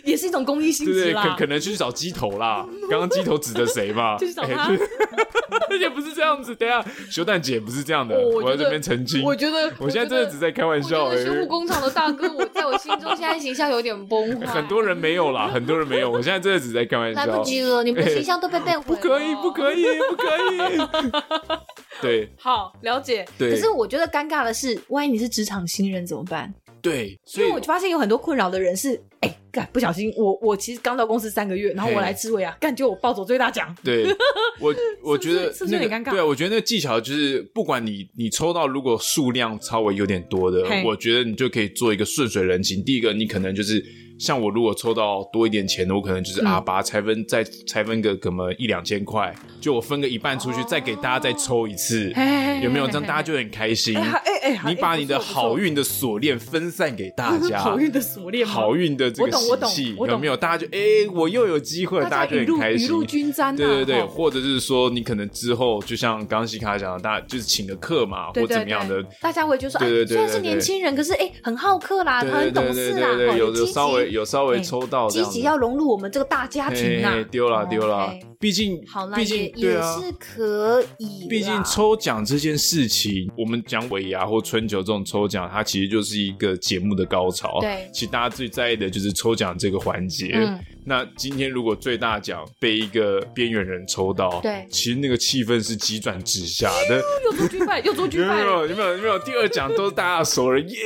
S1: 也是是一种公益性
S2: 对不
S1: 质
S2: 对？
S1: 啦。
S2: 可可能去找鸡 头啦。刚刚鸡头指的谁嘛？
S1: 就是找
S2: 哎
S1: 他
S2: 也不是这样子。等一下，修蛋姐不是这样的，
S1: 哦我
S2: 我
S1: 觉
S2: 要
S1: 得
S2: 这边澄清。
S1: 我觉 得，
S2: 我现在
S1: 觉
S2: 真
S1: 得
S2: 的只在开玩
S1: 我觉
S2: 笑而
S1: 得
S2: 已
S1: 修。护工厂的大哥，我在我心中现在形象有点 崩坏。
S2: 很多人没有 啦，很多人没有。我现在真的只在开玩
S6: 来不
S2: 笑。
S6: 及了，你们的形象都被变
S2: 不
S6: 毁了。
S2: 可以，不
S6: 以。
S2: 可以，不可以。 对
S1: 好了解。可
S2: 对
S1: 是我觉得尴尬的是，万一你是职场新人怎么办？
S2: 对，所
S1: 因
S2: 以
S1: 为我发现有很多困扰的人是，哎、干不小心，我我其实刚到公司三个月，然后我
S2: 嘿
S1: 来吃尾牙，干就我抱走最大奖。
S2: 对 我，我
S1: 是
S2: 觉
S1: 不是
S2: 得
S1: 是不是
S2: 那
S1: 有
S2: 个
S1: 点尴尬
S2: 对啊，我觉得那个技巧就是，不管你你抽到如果数量稍微有点多的
S1: 嘿，
S2: 我觉得你就可以做一个顺水人情。第一个，你可能就是像我，如果抽到多一点钱的，我可能
S1: 嗯
S2: 就是、啊，把它拆分再拆分个个么一两千块，就我分个一半出去，再给大家再抽一次，
S1: 哎
S2: 有没有？这样大家就很开心。
S1: 哎哎哎，还
S2: 嗯你把你的
S1: 哎不错
S2: 好运的锁链分散给大
S1: 不错
S2: 家，
S1: 好运的锁链吗，
S2: 好运的这
S1: 我
S2: 个
S1: 懂我
S2: 喜
S1: 懂
S2: 气
S1: 我懂
S2: 有没有？大家就哎、我又有机会，
S1: 大
S2: 大
S1: 家
S2: 家
S1: 雨
S2: 就
S1: 露
S2: 很开
S1: 雨
S2: 心，
S1: 露均沾、啊，
S2: 对对对，
S1: 吼
S2: 或者是说你可能之后就像刚西卡讲的，大家就是请个客嘛，
S1: 对
S2: 或
S1: 对
S2: 怎么样的，
S1: 大家会觉得说，
S2: 对对对
S1: 哎，虽然
S2: 对
S1: 是
S2: 对
S1: 年轻人，可是哎、很好客啦，
S2: 对
S1: 很
S2: 对
S1: 懂
S2: 对
S1: 事
S2: 对
S1: 啦，
S2: 对
S1: 吼
S2: 对，有
S1: 积
S2: 有
S1: 极
S2: 稍微有稍微
S1: 哎
S2: 抽到这
S1: 积
S2: 样
S1: 极
S2: 子
S1: 要融入我们这个大家庭呐、
S2: 嘿丢了丢了
S1: 哦 OK，
S2: 毕竟
S1: 好啦，
S2: 毕
S1: 也
S2: 竟
S1: 也
S2: 对啊。
S1: 是可以啦，
S2: 毕竟抽奖这件事情，我们讲尾牙或春酒这种抽奖，它其实就是一个节目的高潮。啊
S1: 对
S2: 其实大家最在意的就是抽奖这个环节。
S1: 嗯
S2: 那今天如果最大奖被一个边缘人抽到，
S1: 对
S2: 其实那个气氛是急转直下 的。
S1: 又出去拜，又出去
S2: 有 没
S1: 拜，
S2: 有？有没有？有没有？第二奖都是大家熟人，耶！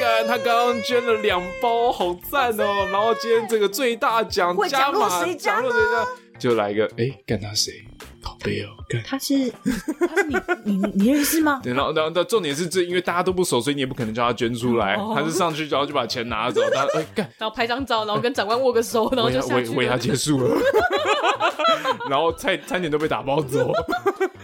S2: 干，他刚刚捐了两包，好赞哦！然后今天这个最大奖
S1: 会
S2: 加
S1: 奖落
S2: 码，
S1: 谁家
S2: 奖落谁家？就来一个，哎，干他谁？好悲哦，干。
S1: 他是他是你你你你认识吗？
S2: 对，然后，然后，然后重点是这，因为大家都不熟，所以你也不可能叫他捐出来。
S1: 哦
S2: 他是上去，然后就把钱拿走。他哎，干，
S1: 然后拍张照，然后跟长官握个 手，然后
S2: 尾
S1: 就
S2: 牙
S1: 下
S2: 尾
S1: 去
S2: 尾牙
S1: 了。
S2: 结束了， 然后菜餐点都被打包走。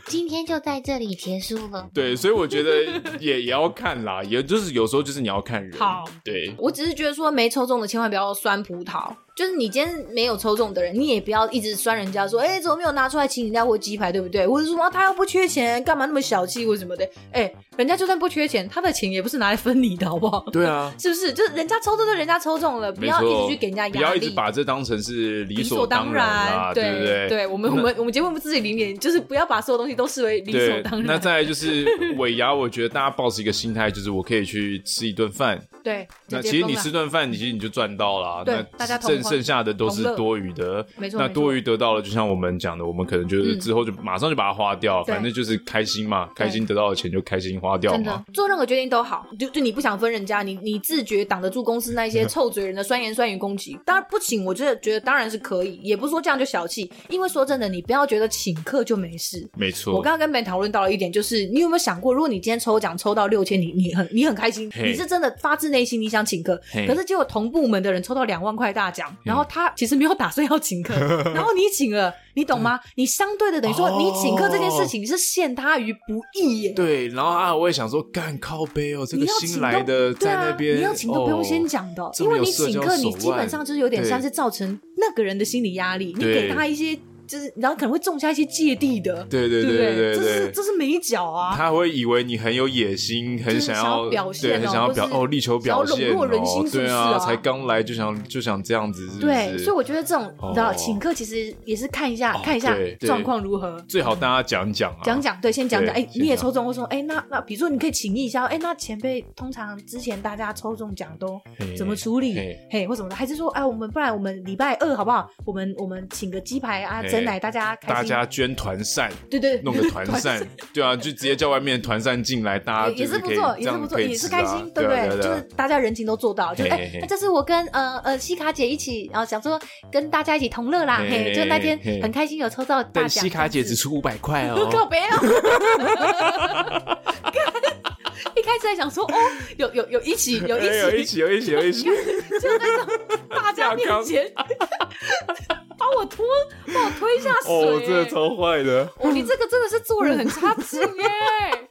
S6: 今天就在这里结束了。
S2: 对，所以我觉得也也要看啦，也就是有时候就是你要看人。
S1: 好，
S2: 对，
S1: 我只是觉得说，没抽中的千万不要酸葡萄。就是你今天没有抽中的人，你也不要一直酸人家说，哎、怎么没有拿出来请饮料或鸡排，对不对？或者说、啊、他又不缺钱，干嘛那么小气或什么的？哎、人家就算不缺钱，他的钱也不是拿来分你的，好不好？
S2: 对啊，
S1: 是不是？就是人家抽中的，人家抽中了，不
S2: 没
S1: 要一
S2: 错
S1: 直去给人家
S2: 不
S1: 压
S2: 要
S1: 力。
S2: 一直把这当成是理
S1: 理
S2: 所
S1: 当
S2: 然啦，
S1: 对
S2: 不对？
S1: 我们我们我们节目不自己零点，就是不要把所有东西都视为理所
S2: 对
S1: 当，
S2: 那
S1: 然。
S2: 再来就是 尾牙，我觉得大家抱持一个心态，就是我可以去吃一顿饭。
S1: 对，
S2: 那
S1: 直接
S2: 其实
S1: 崩
S2: 你
S1: 了
S2: 吃顿饭，你其实你就赚到啦。
S1: 对
S2: 那
S1: 大家同
S2: 剩
S1: 欢
S2: 剩下的都是
S1: 同乐
S2: 多余的，
S1: 没错
S2: 那
S1: 没错
S2: 多余得到了，就像我们讲的，我们可能就是
S1: 嗯
S2: 之后就马上就把它花掉，
S1: 对
S2: 反正就是开心嘛，开心得到的钱就开心花掉
S1: 真的
S2: 嘛。
S1: 做任何决定都好，就就你不想分人家，你你自觉挡得住公司那一些
S2: 嗯
S1: 臭嘴人的酸言酸语攻击，当然不请，我觉得觉得当然是可以，也不是说这样就小气，因为说真的，你不要觉得请客就没事。
S2: 没
S1: 我
S2: 错，
S1: 刚刚跟 Ben 讨论到了一点，就是你有没有想过，如果你今天抽奖抽到六千，你你很你很开心，
S2: 嘿
S1: 你是真的发自内心你想请客，
S2: 嘿
S1: 可是结果同部门的人抽到两万块大奖，然后他其实没有打算要 请客，然后你请了，你懂吗？你相对的等于说
S2: 哦
S1: 你请客这件事情是陷他于不义耶。
S2: 对。然后啊，我也想说，干靠背哦，这
S1: 你
S2: 个
S1: 要请
S2: 新来的
S1: 都对
S2: 在
S1: 啊
S2: 那边，
S1: 你要请都不用
S2: 哦
S1: 先讲的，
S2: 这
S1: 因
S2: 么
S1: 为
S2: 有
S1: 你
S2: 社
S1: 请
S2: 交
S1: 客，你
S2: 手
S1: 基本
S2: 腕
S1: 上就是有点
S2: 对
S1: 像是造成那个人的心理压力，你
S2: 对
S1: 给他一些就是，然后可能会种下一些芥蒂的，
S2: 对对
S1: 不
S2: 对对
S1: 这
S2: 对
S1: 是这是美角啊。
S2: 他会以为你很有野心，很
S1: 想要
S2: 要
S1: 表现
S2: 对，很
S1: 哦
S2: 想要
S1: 或
S2: 表
S1: 是
S2: 哦，力求
S1: 想要
S2: 表
S1: 笼
S2: 现
S1: 络
S2: 哦，
S1: 人心是不
S2: 对
S1: 是
S2: 啊，
S1: 啊
S2: 才刚来就想就想这样子，是不是？
S1: 对，所以我觉得这种你知道，
S2: 哦
S1: 请客其实也是看一下
S2: 哦
S1: 看一下
S2: 对对
S1: 状况如何。
S2: 最好大家讲讲啊，
S1: 讲讲对，先讲讲。
S2: 对
S1: 哎，
S2: 先
S1: 你也
S2: 讲
S1: 抽中，或说哎，那那比如说你可以请益一下，哎，那前辈通常之前大家抽中奖都
S2: 嘿
S1: 怎么处理
S2: 嘿？
S1: 嘿，或什么的，还是说哎，我们不然我们礼拜二好不好？我们我们请个鸡排啊，
S2: 嘿
S1: 蒸奶，大家
S2: 大
S1: 开心。
S2: 家捐团扇，
S1: 对对，
S2: 弄个团扇，对啊，就直接叫外面的团扇进来，大家
S1: 也也
S2: 啊就是
S1: 不
S2: 可以
S1: 错，也
S2: 这
S1: 是
S2: 样
S1: 不错，
S2: 可以
S1: 也是
S2: 吃
S1: 开
S2: 啊
S1: 心，
S2: 对
S1: 不
S2: 啊
S1: 对？
S2: 对啊？
S1: 就是大家人情都做到，就是
S2: 嘿嘿
S1: 哎
S2: 嘿，
S1: 那这是我跟呃呃西卡姐一起，然后想说跟大家一起同乐啦，
S2: 嘿
S1: 嘿，就那天
S2: 嘿嘿
S1: 很开心有抽到大
S2: 但
S1: 奖。
S2: 西卡姐
S1: 这样
S2: 只
S1: 子
S2: 出五百块
S1: 告
S2: 哦，
S1: 别哦。一开始还想说哦，有有有一起有
S2: 哎有一
S1: 一起，
S2: 起，有一起，有 一起，
S1: 就在那种 大家面前 把我拖把我推下水、
S2: 哦，真的超坏 的。
S1: 哦，你这个真的是做人很差劲耶。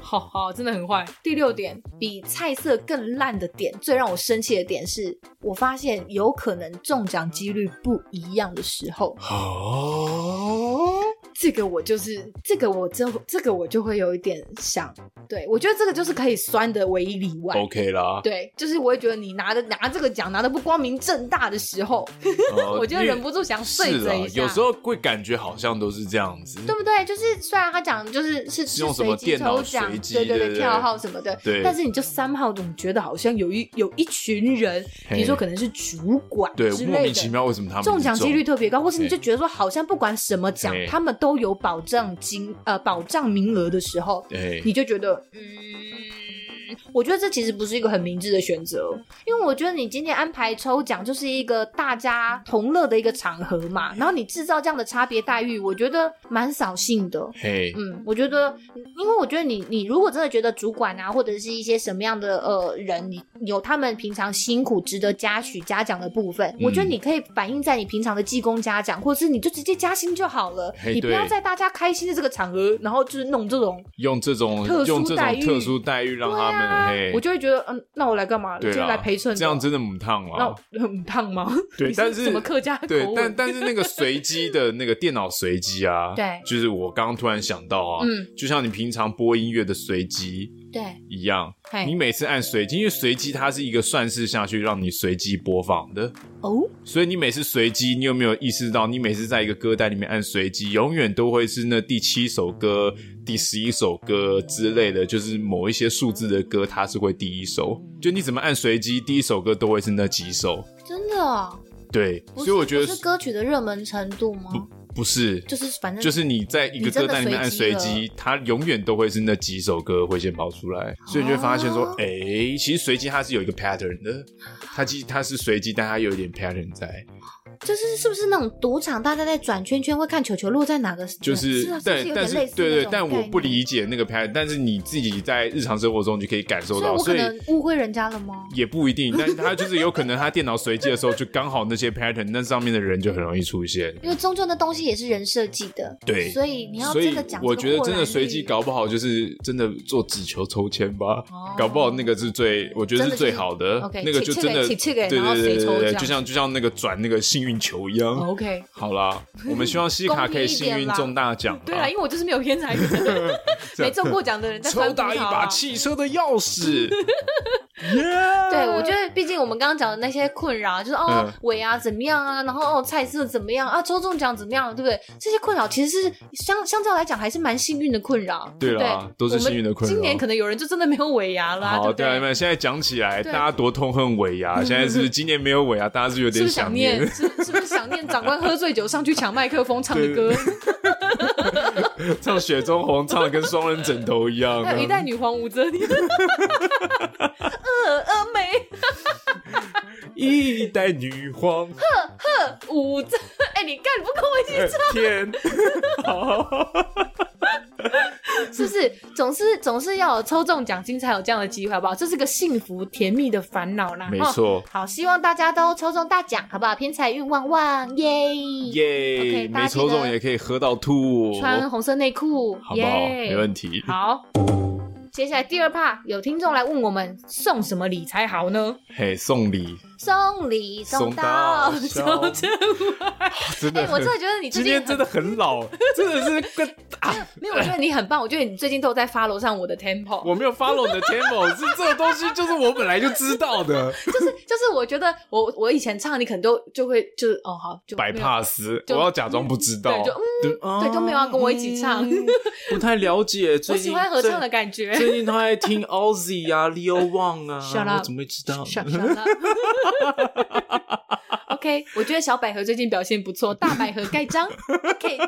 S1: 好好，真的很坏。第六点，比菜色更烂的点，最让我生气的点是，我发现有可能中奖几率不一样的时候，
S2: 哦，
S1: 这个我就是这个我真这个我就会有一点想，对我觉得这个就是可以酸的唯一例外。
S2: OK 啦。
S1: 对，就是我会觉得你拿的拿这个奖拿的不光明正大的时候，
S2: 呃
S1: 我就忍不住想碎
S2: 是
S1: 嘴
S2: 啊
S1: 一，下
S2: 有时候会感觉好像都是这样子，
S1: 对不对？就是虽然他讲就是是是
S2: 用什
S1: 随
S2: 么
S1: 机
S2: 电脑
S1: 抽奖
S2: 随，机
S1: 对对
S2: 对对对
S1: 跳号什么的，
S2: 对
S1: 但是你就三号总觉得好像有一有一群人，比如说
S2: 嘿
S1: 可能是主管
S2: 对，
S1: 之
S2: 莫
S1: 类
S2: 名其
S1: 的。
S2: 妙为什么他们
S1: 中奖
S2: 是
S1: 几率特别高，或是你就
S2: 对
S1: 觉得说，好像不管什么奖
S2: 对，
S1: 他们都有保障金呃保障名额的时候，
S2: 对
S1: 你就觉得，嗯，我觉得这其实不是一个很明智的选择，哦因为我觉得你今天安排抽奖就是一个大家同乐的一个场合嘛，然后你制造这样的差别待遇，我觉得蛮扫兴的。
S2: 嘿，
S1: 嗯，我觉得，因为我觉得你，你如果真的觉得主管啊，或者是一些什么样的呃人，你有他们平常辛苦、值得嘉许、嘉奖的部分，我觉得
S2: 嗯
S1: 你可以反映在你平常的技工嘉奖，或者是你就直接加薪就好了，
S2: 嘿
S1: 你不要
S2: 对
S1: 在大家开心的这个场合，然后就是弄这种
S2: 用这种
S1: 特殊
S2: 用这
S1: 待
S2: 种
S1: 遇啊
S2: 特殊待遇让他们、嘿，
S1: 我就会觉得，嗯，那我来干嘛？今
S2: 对
S1: 天
S2: 啦
S1: 来陪衬的，
S2: 这样真的母烫
S1: 那
S2: 了
S1: 我。很烫吗？
S2: 对
S1: 你
S2: 但
S1: 是
S2: 是
S1: 什么客家口
S2: 对，但
S1: 吻？
S2: 但是那个随机的那个电脑随机啊，
S1: 对
S2: 就是我刚刚突然想到啊，
S1: 嗯，
S2: 就像你平常播音乐的随机
S1: 对，
S2: 一样，你
S1: 嘿，
S2: 每次按随机，因为随机它是一个算式下去让你随机播放的，
S1: 哦，
S2: 所以你每次随机，你有没有意识到，你每次在一个歌单里面按随机，永远都会是那第七首歌、第十一首歌之类的，就是某一些数字的歌，它是会第一首。
S1: 嗯
S2: 就你怎么按随机，第一首歌都会是那几首。
S1: 真的哦，
S2: 对，
S1: 不
S2: 所
S1: 是
S2: 以我觉得嗯
S6: 不是歌曲的热门程度吗？
S2: 不是，
S6: 就是反正
S2: 就是你在一个歌单里面按随
S6: 你真的随
S2: 机，它永远都会是那几首歌会先跑出来，所以你就会发现说
S6: 哦，
S2: 哎、其实随机它是有一个 pattern 的，它既它是随机，但它有一点 pattern 在。
S6: 就是是不是那种赌场大家在转圈圈会看球球落在哪个？
S2: 就是，
S6: 是啊
S2: 但
S6: 是有
S2: 但
S6: 点
S2: 是
S6: 类似
S2: 对
S6: 那
S2: 对，
S6: 种
S2: 但
S6: 概
S2: 我
S6: 念
S2: 不理解那个 pattern，但是你自己在日常生活中你可以感受
S6: 所以
S2: 到，
S6: 我
S2: 所
S6: 可
S2: 以
S6: 能误会人家了吗？
S2: 也不一定，但是他就是有可能他电脑随机的时候，就刚好那些 pattern 那上面的人就很容易出现。
S6: 因为终究那东西也是人设计的，
S2: 对
S6: 所以你要
S2: 所
S6: 真
S2: 以
S6: 的讲，
S2: 我觉得真的随机，搞不好就是真的做纸球抽签吧，
S1: 哦
S2: 搞不好那个是最，我觉得
S6: 真的
S2: 是
S6: 就是
S2: 最好的
S1: OK，，
S2: 那个就
S1: 切
S2: 真的
S1: 切给切给
S2: 对对
S1: 然后
S2: 对
S1: 谁
S2: 对对
S1: 抽这
S2: 对，
S1: 样哦
S2: 就像就像那个转那个幸运球一样。
S1: OK，
S2: 好啦，我们希望西卡可
S1: 。
S2: 以幸运中大奖
S1: 对啊，因为我就是没有偏财运，没中 过奖的人在
S2: 抽
S1: 翻
S2: 打
S1: 葡
S2: 一
S1: 萄啊
S2: 把汽车的 钥匙。
S1: 对，我觉得毕竟我们刚刚讲的那些困扰，就是哦
S2: 嗯
S1: 尾牙怎么样啊，然后哦菜色怎么样啊，抽中奖怎么样，对不对？这些困扰其实是相相较来讲还是蛮幸运的困扰，
S2: 对
S1: 不对
S2: 啦？都是
S1: 我们
S2: 幸运的困扰
S1: 今年可能有人就真的没有尾牙啦，对
S2: 好，
S1: 不
S2: 对啊，你们现在讲起来，
S1: 对
S2: 大家多痛恨 尾牙。现在是不是今年没有尾牙，大家是有
S1: 是不
S2: 点
S1: 是想
S2: 念
S1: 念？。 是是不是想念长官喝醉酒上去抢麦克风唱的歌？
S2: 唱《雪中红》唱的跟双人枕头 一样。
S1: 还有一代女皇武则天，呃呃美
S2: 一代女 皇，哎
S1: 武则，哎、你干你不跟我一起
S2: 天，
S1: 是不是？总是总是要有抽中奖金才有这样的机会，好不好？这是个幸福甜蜜的烦恼啦。
S2: 没
S1: 哈
S2: 错
S1: 好，希望大家都抽中大奖，好不好？偏财运旺旺，耶！
S2: 耶！
S1: OK，大家
S2: 没抽
S1: 记
S2: 中
S1: 得
S2: 也可以喝到吐，
S1: 穿红色内裤，
S2: 好不
S1: 耶！
S2: 好？没问题。
S1: 好。接下来第二 part 有听众来问我们送什么礼才好呢？
S2: 嘿，送礼，
S1: 送礼
S2: 送
S1: 到
S2: 到
S1: 手正外。
S2: 真
S1: 哎、
S2: 的
S1: 我
S2: 很，
S1: 真的觉得你最
S2: 今
S1: 近
S2: 天真的很老，真的是跟啊，
S1: 没有，我觉得你很棒。我觉得你最近都有在 follow 上我的 tempo。
S2: 我没有 follow 你的 tempo，是这个东西就是我本来就知道的，
S1: 就是就是，我觉得我我以前唱，你可能都就会就是哦好就
S2: 摆
S1: 没有
S2: pass，我
S1: 就
S2: 要假装不
S6: 嗯
S2: 知道，
S1: 对就
S2: 对啊
S1: 对就没有要跟我一起唱
S2: 嗯不太了解，
S1: 我
S2: 最
S1: 喜
S2: 近
S1: 欢合唱的感觉。
S2: 最近他爱听 Ozzy 啊、Leo Wang 啊
S1: Shut up
S2: 我怎么会知道？
S1: 傻傻了。OK，我觉得小百合最近表现不错，大百合盖章。OK，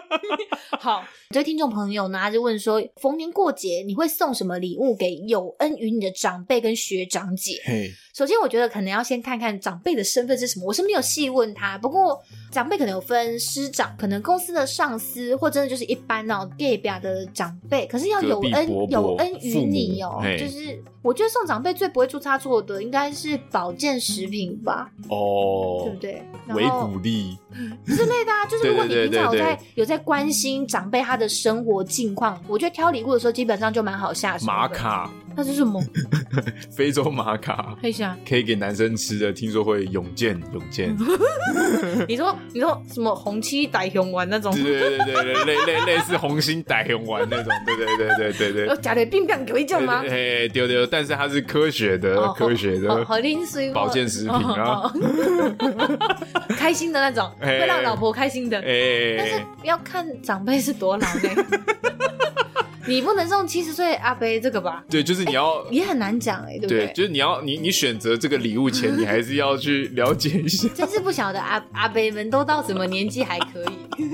S1: 好，
S6: 这位听众朋友呢，他就问说，逢年过节你会送什么礼物给有恩于你的长辈跟学长姐？
S2: 嘿，
S6: 首先，我觉得可能要先看看长辈的身份是什么。我是没有细问他，不过长辈可能有分师长，可能公司的上司，或真的就是一般哦 gay 表的长辈。可是要
S2: 隔
S6: 有
S2: 壁
S6: 恩
S2: 伯伯
S6: 有恩于你
S2: 父
S6: 哦
S2: 母，嘿
S6: 就是我觉得送长辈最不会出差错的，应该是保健食品吧，对
S2: 哦
S6: 不，对？然
S2: 维
S6: 后
S2: 骨力，
S6: 之类的啊，就是如果你
S2: 对对
S6: 平常有
S2: 对对
S6: 在有在关心长辈他的生活近况，我觉得挑礼物的时候基本上就蛮好下手的。
S2: 玛卡，
S1: 那是什么？
S2: 非洲玛卡
S1: 看一下，
S2: 可以给男生吃的，听说会永健永健，
S1: 你说你说什么红七逮熊丸那种
S2: 对，对对对对，类类类似红心歹熊丸那种，对对对对对对
S1: 呃，。假的冰棒可以叫吗？
S2: 哎，丢丢，但是它是科学的
S1: 哦，
S2: 科学
S1: 哦，
S2: 的
S1: 好零水
S2: 呃保健食品啊，，
S1: 开心的那种，
S2: 哎
S1: 会让老婆开心的。但是
S2: 哎，
S1: 要看长辈是多 老呢，你不能送七十岁阿伯这个吧？
S2: 对，就是你要
S1: 也很难讲哎，对不
S2: 对，
S1: 对？
S2: 就是你要你你选择这个礼物前，你还是要去了解一下。
S1: 真是不晓得阿阿伯们都到什么年纪还可以，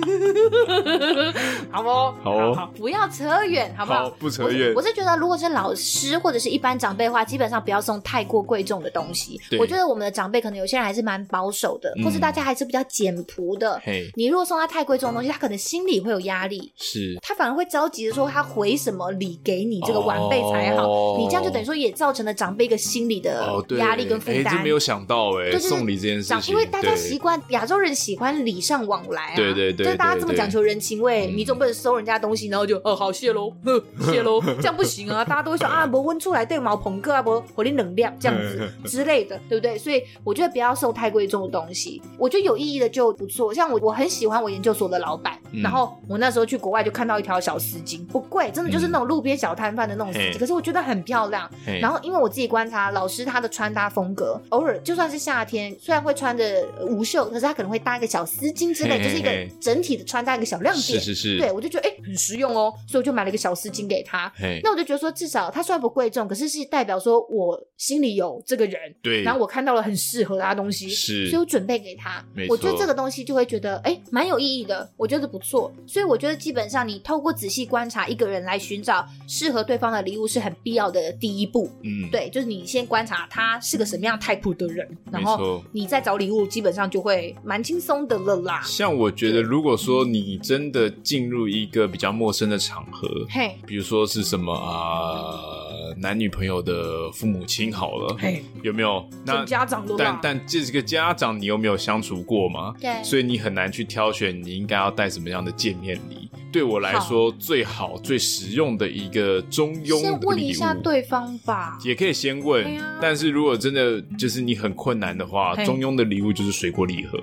S1: 好不？
S2: 好哦
S1: 好，不要扯远，好不
S2: 好，不扯远
S6: 我。是觉得，如果是老师或者是一般长辈的话，基本上不要送太过贵重的东西
S2: 对。
S6: 我觉得我们的长辈可能有些人还是蛮保守的，
S2: 嗯
S6: 或是大家还是比较简朴的。
S2: 嘿，
S6: 你如果送他太贵重的东西，他可能心里会有压力，
S2: 是
S6: 他反而会着急的说他回什么礼给你这个晚辈才好。
S2: 哦
S6: 你这样就等于说也造成了长辈一个心理的
S2: 哦，对，
S6: 压力跟负
S2: 哎
S6: 担。
S2: 这没有想到哎，
S6: 对就是
S2: 送礼这件事
S6: 长，
S2: 情，
S6: 因为大家
S2: 对
S6: 习惯亚洲人喜欢礼尚往来啊，
S2: 对对对
S6: 就是大家这么
S2: 对对
S6: 讲求人情味，
S2: 嗯
S6: 你
S1: 你总不能收人家东西，然后就哦好谢喽，呵谢喽，这样不行啊！大家都会说啊，我温出来对毛捧个啊，我火力能量这样
S2: 嗯
S1: 子之类的，对不对？所以我觉得不要送太贵重的东西，我觉得有意义的就不错。像我，我很喜欢我研究所的老板，
S2: 嗯
S1: 然后我那时候去国外就看到一条小丝巾，不贵，真的就是那种路边小摊贩的那种丝
S2: 嗯
S1: 巾，可是我觉得很漂亮。
S2: 嘿
S6: 然后，因为我自己观察老师他的穿搭风格，偶尔就算是夏天，虽然会穿的无袖，可是他可能会搭一个小丝巾之类，
S2: 嘿嘿
S6: 就是一
S2: 嘿
S6: 个整体的穿搭一个小亮
S2: 是
S6: 点。
S2: 是是，
S6: 对，我就觉得哎、诶很实用哦，所以我就买了一个小丝巾给他。
S2: 嘿，
S6: 那我就觉得说，至少他虽然不贵重，可是是代表说我心里有这个人，
S2: 对，
S6: 然后我看到了很适合他的东西，
S2: 是
S6: 所以我准备给他
S2: 没。
S6: 我觉得
S2: 错
S6: 这个东西就会觉得，哎，蛮有意义的，我觉得不错。所以我觉得基本上你透过仔细观察一个人来寻找适合对方的礼物是很必要的第一步。
S2: 嗯，
S6: 对，就是你先观察他是个什么样 type 的人，然
S2: 没
S6: 后
S2: 错。
S6: 你再找礼物，基本上就会蛮轻松的了啦。
S2: 像我觉得，如果说你真的进入一个比较陌生的场合，
S6: 嘿，
S2: 比如说是什么啊、呃男女朋友的父母亲好了，
S1: 嘿，
S2: 有没有？那
S1: 见家长都
S2: 但
S1: 啦，
S2: 但这个家长你有没有相处过嘛？
S6: 对
S2: 所以你很难去挑选你应该要带什么样的见面礼。对我来说，最好最实用的一个中庸
S6: 先
S2: 的
S6: 问
S2: 礼
S6: 一
S2: 物，
S6: 下对方吧。
S2: 也可以先问。
S1: 对啊
S2: 但是如果真的就是你很困难的话，
S1: 嘿
S2: 中庸的礼物就是水果礼盒。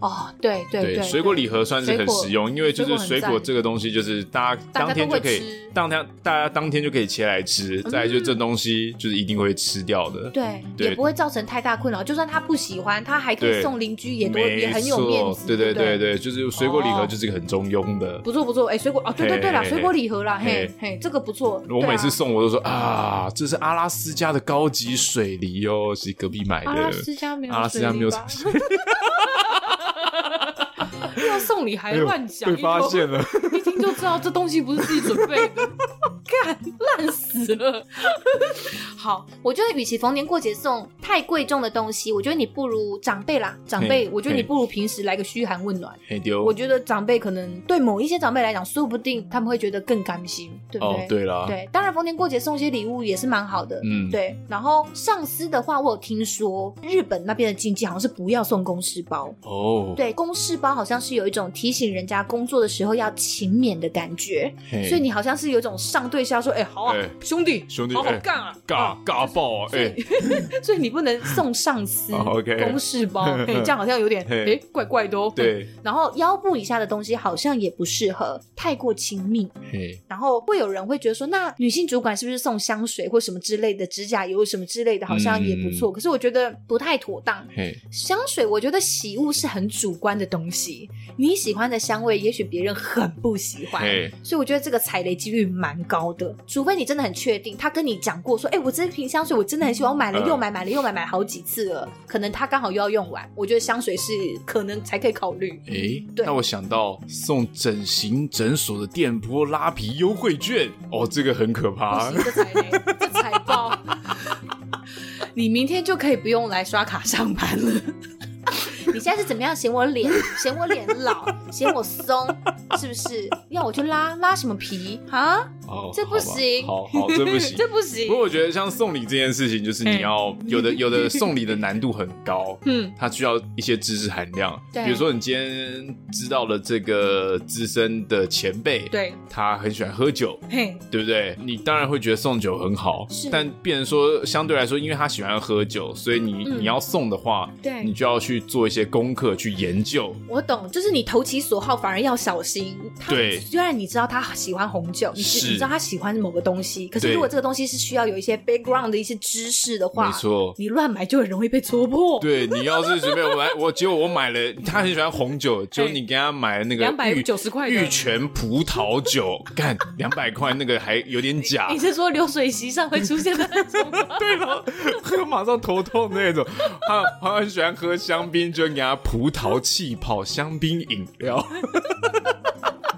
S6: 哦，对对对，
S2: 水果礼盒算是很实用，因为就是水
S1: 水果
S2: 果
S1: 很赞
S2: 这个东西，就是大家
S1: 大家
S2: 当天就可以
S1: 都会吃，
S2: 当天大家当天就可以切来吃。再来就这东西就是一定会吃掉的。
S6: 对，
S2: 对
S6: 也不会造成太大困扰。就算他不喜欢，他还可
S2: 对
S6: 以送邻居，也都
S2: 没
S6: 也很有面
S2: 错
S6: 子。
S2: 对
S6: 对
S2: 对对
S6: 不
S2: 对，就是水果礼盒就是一个很中庸的。
S1: 不错不错，哎，水果
S6: 哦
S1: 啊，对对对啦，
S2: 嘿
S1: 水果礼盒啦，
S2: 嘿
S1: 嘿嘿，这个不错。
S2: 我
S1: 对啊
S2: 每次送我都说啊，这是阿拉斯加的高级水梨哦，是隔壁买的。
S1: 阿拉斯加没有水梨吧，
S2: 阿拉斯加没有
S1: 要送礼
S2: 哎
S1: 还乱讲，
S2: 被发现了，
S1: 一听一听就知道这东西不是自己准备 的，干烂死了。
S6: 好，我觉得与其逢年过节送太贵重的东西，我觉得你不如长辈啦，
S1: 长辈，
S2: 嘿
S1: 我觉得你
S2: 嘿
S1: 不如平时来个嘘寒问暖。
S2: 嘿丢。
S1: 我觉得长辈可能对某一些长辈来讲，说不定他们会觉得更甘心，对不
S2: 哦
S1: 对？，
S2: 对啦，
S6: 对，当然逢年过节送一些礼物也是蛮好的。
S2: 嗯，
S6: 对，然后上司的话，我有听说日本那边的禁忌好像是不要送公事包。
S2: 哦，
S6: 对，公事包好像是有一种提醒人家工作的时候要勤勉的感觉，
S2: 嘿，
S6: 所以你好像是有一种上对下说，哎、好啊，
S2: 哎
S1: 兄弟，
S2: 兄弟
S1: 好哦好
S2: 哎
S1: 干啊！
S2: 尬尬爆啊，哎，
S1: 所以你不能送上 司
S2: 哦，OK
S1: 公事包，哎，这样好像有点
S2: 嘿
S1: 哎怪怪的哦。
S2: 对，
S6: 然后腰部以下的东西好像也不适合，太过亲密。
S2: 嘿，
S6: 然后会有人会觉得说，那女性主管是不是送香水或什么之类的，指甲油什么之类的，好像也不错。可是我觉得不太妥当。
S2: 嘿，
S6: 香水，我觉得喜物是很主观的东西，你喜欢的香味，也许别人很不喜欢。
S2: 嘿，
S6: 所以我觉得这个踩雷几率蛮高的，除非你真的很确定，他跟你讲过说，哎、我这瓶香水我真的很喜欢，我买了
S2: 嗯
S6: 又买，买了又买，买好几次了，可能他刚好又要用完，我觉得香水是可能才可以考虑。
S2: 哎，
S6: 对
S2: 那我想到送整形诊所的电波拉皮优惠券，哦，这个很可
S1: 不
S2: 怕
S1: 行，，这踩雷，这踩爆。 你明天就可以不用来刷卡上班了。
S6: 你现在是怎么样嫌我脸，嫌我脸老，嫌我松，是不是？要我就拉拉什么皮？
S1: 啊，
S2: 哦，
S6: 这不行
S2: 好吧好好，这不行。
S1: 这不
S2: 不
S1: 行
S2: 过。我觉得像送礼这件事情，就是你要有的有的送礼的难度很高，
S1: 嗯，
S2: 它需要一些知识含量。
S6: 对
S2: 比如说你今天知道了这个资深的前辈，，
S1: 对，
S2: 他很喜欢喝酒，
S1: 嘿，
S2: 对不对？你当然会觉得送酒很好
S6: 是，
S2: 但变成说相对来说，因为他喜欢喝酒，所以你、
S6: 嗯
S2: 你要送的话，
S1: 对
S2: 你就要去做一些功课去研究。
S1: 我懂，就是你投其所好，反而要小心。他
S2: 对
S1: 虽然你知道他喜欢红酒，你知
S2: 是
S1: 你知道他喜欢某个东西，可是
S2: 对
S1: 如果这个东西是需要有一些 background 的一些知识的话，
S2: 没错，
S1: 你乱买就很容易被戳破。
S2: 对你要是随便我买，我结果我买了，他很喜欢红酒，结果你给他买了那个玉
S1: 290块的
S2: 玉泉葡萄酒， 干两百块那个还有点假
S1: 你，是说流水席上会出现的那种吗？
S2: 对 了，喝马上头痛那种。他他很喜欢喝香槟，就给他葡萄气泡香槟饮 料。
S1: 哎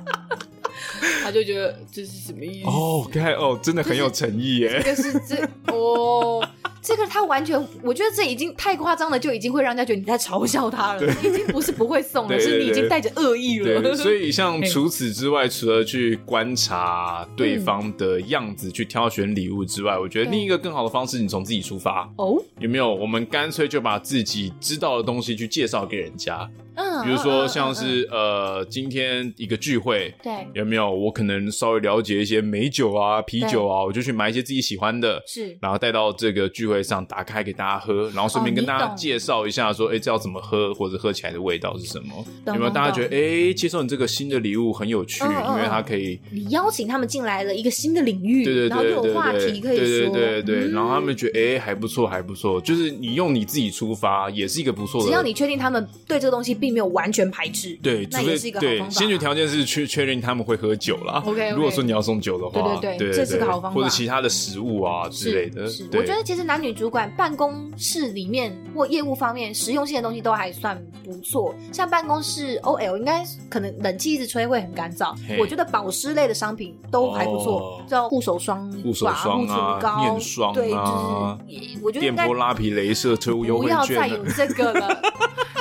S1: 他就觉得这是什么意思？
S2: 哦，看哦，真的很有诚意耶。
S6: 但是这哦，
S1: 这个他完全，我觉得这已经太夸张了，就已经会让人家觉得你在嘲笑他了。你已经不是不会送了，
S2: 对对
S1: 是你已经
S2: 对
S1: 带着恶意
S2: 对，
S1: 了。
S2: 所 以像除此之外，除了去观察对方的样子去挑选礼物之外，我觉得
S6: 嗯对
S2: 另一个更好的方式，你从自己出发，
S1: 哦，
S2: 有没有？我们干脆就把自己知道的东西去介绍给人家，
S6: 嗯，
S2: 比如
S6: 嗯
S2: 说
S6: 嗯
S2: 像
S6: 嗯嗯
S2: 是呃，今天一个聚会，
S6: 对，
S2: 有没有？我可能稍微了解一些美酒啊、啤酒啊，我就去买一些自己喜欢的，
S6: 是
S2: 然后带到这个聚会上，打开给大家喝，然后顺便
S6: 哦
S2: 跟
S6: 你
S2: 大家
S6: 哦懂
S2: 介绍一下说，哎、这要怎么喝，或者喝起来的味道是什么？有
S6: 懂
S2: 没有？
S6: 懂
S2: 大家觉得
S6: 懂
S2: 哎、接受你这个新的礼物很有趣，
S6: 嗯嗯嗯
S2: 因为它可以。
S6: 你邀请他们进来了一个新的领域，
S2: 对对
S6: 然后
S2: 对
S6: 又
S2: 对
S6: 有话
S2: 对
S6: 题可以
S2: 对对
S6: 说，
S2: 对对，
S6: 嗯
S2: 然后他们觉得哎、还不错还不错，就是你用你自己出发，也是一个不错的。
S1: 只要你确定他们对这个东西并没有完全排斥，
S2: 对，
S1: 那
S2: 除
S1: 也
S2: 非
S1: 是一个好
S2: 对
S1: 方法
S2: 先决条件是确确认他们会喝酒啦。
S1: OK，OK
S2: 如果说你要送酒的话，
S1: 对对对
S2: 对，
S1: 这是个好方法
S2: 或者其他的食物啊之类的
S6: 是，。
S2: 对
S6: 我觉得其实男女主管办公室里面或业务方面实用性的东西都还算不错，像办公室 OL 应该可能冷气一直吹会很干燥
S2: 嘿，
S6: 我觉得保湿类的商品都还不错
S2: 哦，
S6: 叫护手霜、
S2: 护手霜啊
S6: 护唇膏、
S2: 面霜啊
S6: 对，就是我觉得
S2: 电
S6: 应该
S2: 波拉皮、镭射特务优
S6: 不
S2: 惠
S6: 要
S2: 券
S6: 再有
S2: 呢，
S6: 这个了。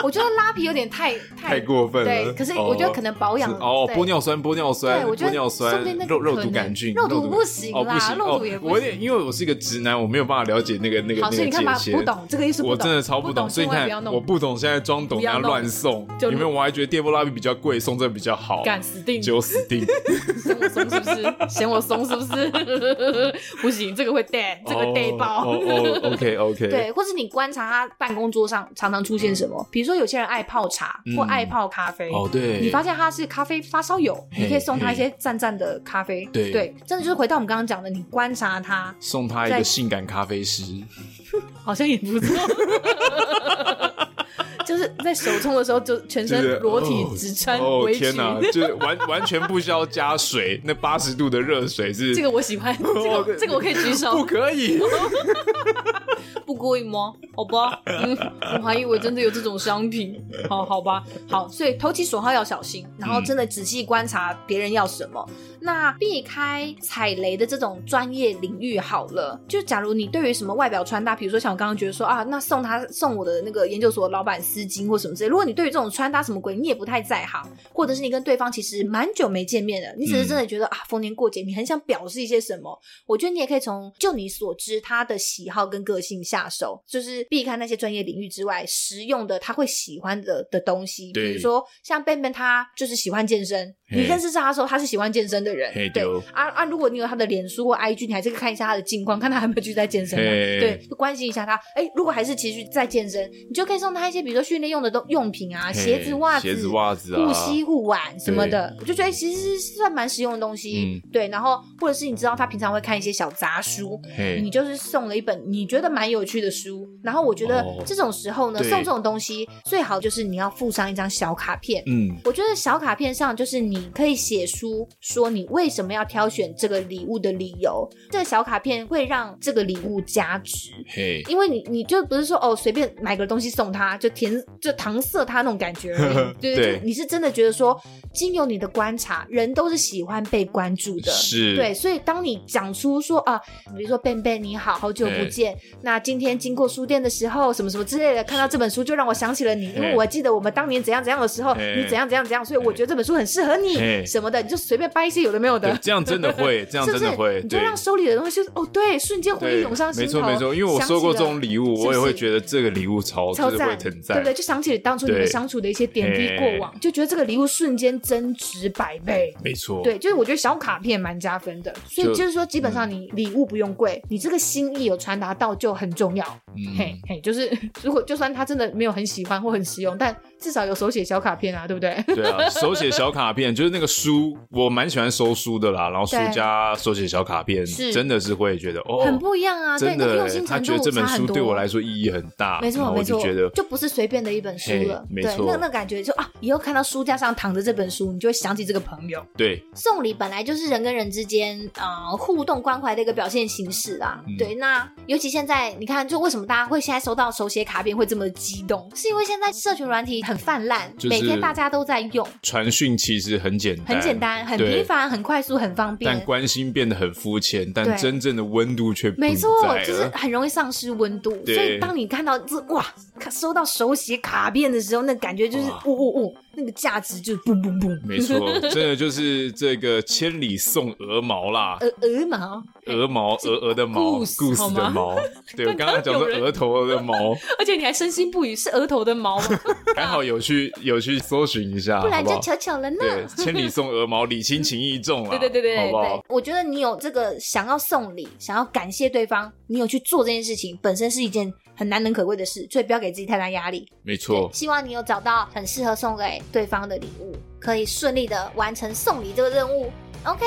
S6: 我觉得拉皮有点太
S2: 太过分了。
S6: 对，可是我觉得可能保
S2: 保
S6: 养
S2: 哦，
S6: 对
S2: 玻尿酸、玻尿酸、
S6: 对我觉得
S2: 玻尿
S6: 说
S2: 酸
S6: 不定那、个
S2: 肉肉
S6: 可
S2: 毒
S6: 能
S2: 杆菌、
S6: 肉毒
S2: 毒
S6: 不行
S2: 哦，
S6: 啦
S2: 不行
S6: 肉毒也
S2: 哦
S6: 不
S2: 我有点，因为我是一个直男，我没有办法了解那个那个
S1: 好，
S2: 那
S1: 所以你
S2: 个
S1: 看吧
S2: 界，限。
S1: 不懂这个意思不懂，
S2: 我真的超
S1: 不
S2: 不懂，所以你
S1: 千万
S2: 看
S1: 不要，弄，
S2: 我不懂，现在装懂，
S1: 不要
S2: 然后
S1: 弄
S2: 乱送，
S1: 就
S2: 你们我还觉得电波拉皮比较贵，送这个比较好，
S1: 敢死定，
S2: 结果死定。
S1: 嫌我松是不 是？嫌我松是不是？不行，这个会带，这个带爆。
S2: 哦哦 哦，OK OK，
S6: 对，或是你观察他办公桌上常常出现什么，比如说有些人爱泡茶
S2: 嗯
S6: 或爱泡咖啡，
S2: 哦对，
S6: 你发现他是咖啡发烧友，
S2: 嘿
S6: 你可以送他一些赞赞的咖啡。
S2: 对
S6: 真的就是回到我们刚刚讲的，你观察他，
S2: 送他一
S6: 在
S2: 个性感咖啡 师，
S1: 好像也不错。 就是在手冲的时候，就全
S2: 就是
S1: 身裸体只穿
S2: 哦
S1: 围裙
S2: 天，哪，就是完完全不需要加水，那八十度的热水是 哦
S1: 这个我喜欢，这个我这个我可以举
S2: 不
S1: 手，
S2: 可 以，
S1: 不故意摸，好吧？嗯，我还以为真的有这种商品，好好吧，好，
S6: 所以投其所好要小心，然后真的仔细观察别人要什么，那避开踩雷的这种专业领域好了。就假如你对于什么外表穿搭，比如说像我刚刚觉得说啊，那送他送我的那个研究所老板丝巾或什么之类，如果你对于这种穿搭什么鬼你也不太在行，或者是你跟对方其实蛮久没见面了，你只是真的觉得、啊逢年过节你很想表示一些什么，我觉得你也可以从就你所知他的喜好跟个性下手，就是避开那些专业领域之外，实用的他会喜欢的的东西，比
S2: 对
S6: 如说像贝贝他就是喜欢健身，
S2: 嘿
S6: 你认识他的时候他是喜欢健身的人
S2: 嘿，
S6: 对
S2: 对
S6: 啊啊，如果你有他的脸书或 IG，你还是可以看一下他的近况，看他还有没有继续在健身啊，
S2: 嘿
S6: 对，就关心一下他。哎，如果还是持续在健身，你就可以送他一些比如说训练用的东用品啊，鞋子、袜子、
S2: 鞋子、袜子啊，
S6: 护膝、护腕什么的，我就觉得其实是算蛮实用的东
S2: 嗯
S6: 西。对，然后或者是你知道他平常会看一些小杂书，你
S2: 嘿，
S6: 就是送了一本你觉得蛮有趣的书。然后我觉得
S2: 哦
S6: 这种时候呢，
S2: 对
S6: 送这种东西最好就是你要附上一张小卡片。
S2: 嗯，
S6: 我觉得小卡片上就是你你可以写书说你为什么要挑选这个礼物的理由。这个小卡片会让这个礼物加值，
S2: 嘿，。
S6: 因为你你就不是说哦随便买个东西送他，就填就搪塞他那种感觉而已 对
S2: 对
S6: 就你是真的觉得说，经由你的观察，人都是喜欢被关注的。
S2: 是，
S6: 对，所以当你讲出说啊，比如说贝贝你好，好久不
S2: 对
S6: 见，那今天经过书店的时候，什么什么之类的，看到这本书就让我想起了你，因为
S2: 嘿
S6: 我记得我们当年怎样怎样的时候，
S2: 嘿
S6: 你怎样怎样怎样，所以我
S2: 嘿
S6: 觉得这本书很适合
S2: 嘿
S6: 你什么的，你就随便掰一些有的没有的
S2: 对，，这样真的 会，这样
S6: 是不
S2: 真
S6: 是？
S2: 的会，
S6: 你就
S2: 对。
S6: 让手里的东西就是哦，对，瞬间回忆
S2: 对，
S6: 涌上心
S2: 没
S6: 头。
S2: 错没错，因为我
S6: 想
S2: 收
S6: 起
S2: 过
S6: 了
S2: 这种礼物，
S6: 是不
S2: 我也会
S6: 是
S2: 觉得这个礼物超
S6: 超
S2: 真的会
S6: 赞，
S2: 很
S6: 对不对？就想起了当初你们
S2: 对
S6: 相处的一些点滴
S2: 嘿
S6: 过往，就觉得这个礼物瞬间增值百倍。
S2: 没错，
S6: 对，就是我觉得小卡片蛮加分的，所以
S2: 就嗯
S6: 就是说，基本上你礼物不用贵，你这个心意有传达到就很重要。嘿
S2: 嗯，
S6: 嘿，就是如果就算他真的没有很喜欢或很实用，但至少有手写小卡片啊，对不对？
S2: 对啊，手写小卡片就是那个书，我蛮喜欢收书的啦，然后书
S6: 对
S2: 加手写小卡片，
S6: 是
S2: 真的是会觉得哦，
S6: 很不一样啊，对，
S2: 真
S6: 那个
S2: 的
S6: 用
S2: 欸
S6: 心，
S2: 他
S6: 程
S2: 觉
S6: 度
S2: 得这本
S6: 差很
S2: 书
S6: 多。
S2: 对我来说意义很大，
S6: 没错
S2: 然后
S6: 没
S2: 我
S6: 错，
S2: 就觉得
S6: 就不是随便的一本书
S2: 嘿
S6: 了。
S2: 没
S6: 对，
S2: 错
S6: 那那感觉就啊，以后看到书架上躺着这本书，你就会想起这个朋友。
S2: 对，
S6: 送礼本来就是人跟人之间啊、呃互动关怀的一个表现形式啊。
S2: 嗯
S6: 对，那尤其现在你看，就为什么大家会现在收到手写卡片会这么激动，是因为现在社群软体很泛滥，
S2: 就是
S6: 每天大家都在用，
S2: 传讯其实很简单，
S6: 很简单，很
S2: 对
S6: 频繁，很快速，很方
S2: 但
S6: 便。
S2: 关心变得很肤浅，但
S6: 对
S2: 真正的温度却不
S6: 没错
S2: 在，
S6: 就是
S2: 了
S6: 很容易丧失温度。所
S2: 对
S6: 以当你看到这哇，收到手写卡片的时候，那感觉就是
S2: 哇
S6: 呜呜呜，那个价值就是嘣嘣嘣，
S2: 没错，真的就是这个千里送鹅毛啦，
S6: 鹅呃鹅毛。
S2: 鹅毛鹅鹅的毛，
S6: 呃故事
S2: 故事
S6: 好
S2: 的
S6: 吗
S2: 毛。对我刚
S6: 刚
S2: 刚
S6: 刚
S2: 讲说
S6: 有人
S2: 额头的 毛，
S6: 而且你还深信不疑，是额头的毛吗？
S2: 还好有去有去搜寻一下，
S6: 不然
S2: 好不
S6: 就
S2: 好？
S6: 巧巧了呢。
S2: 对，千里送鹅毛，礼轻情意重啦，
S6: 对对对对
S2: 好
S6: 对
S2: 不好
S6: 对？，我觉得你有这个想要送礼、想要感谢对方，你有去做这件事情，本身是一件很难能可贵的事，所以不要给自己太大压力。
S2: 没错，
S6: 希望你有找到很适合送给对方的礼物，可以顺利的完成送礼这个任务。OK，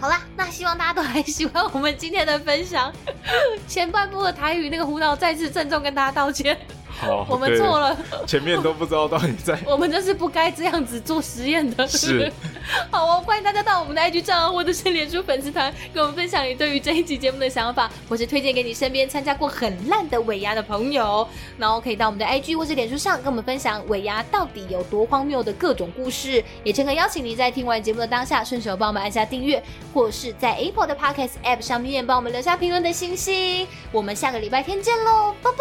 S6: 好啦，那希望大家都很喜欢我们今天的分享。 前半部的台语那个胡闹再次郑重跟大家道歉，
S2: 好，
S6: 我们
S2: 对
S6: 错，了，
S2: 前面都不知道到底 在
S6: 我们这是不该这样子做实验的。
S2: 是。
S6: 好哦，欢迎大家到我们的 IG 账号或者是脸书粉丝团，跟我们分享你对于这一集节目的想法，或是推荐给你身边参加过很烂的尾牙的朋友。然后可以到我们的 IG 或是脸书上跟我们分享尾牙到底有多荒谬的各种故事。也诚恳邀请你在听完节目的当下，顺手帮我们按下订阅，或是在 Apple 的 Podcast App 上面帮我们留下评论的星星。我们下个礼拜天见喽，拜拜。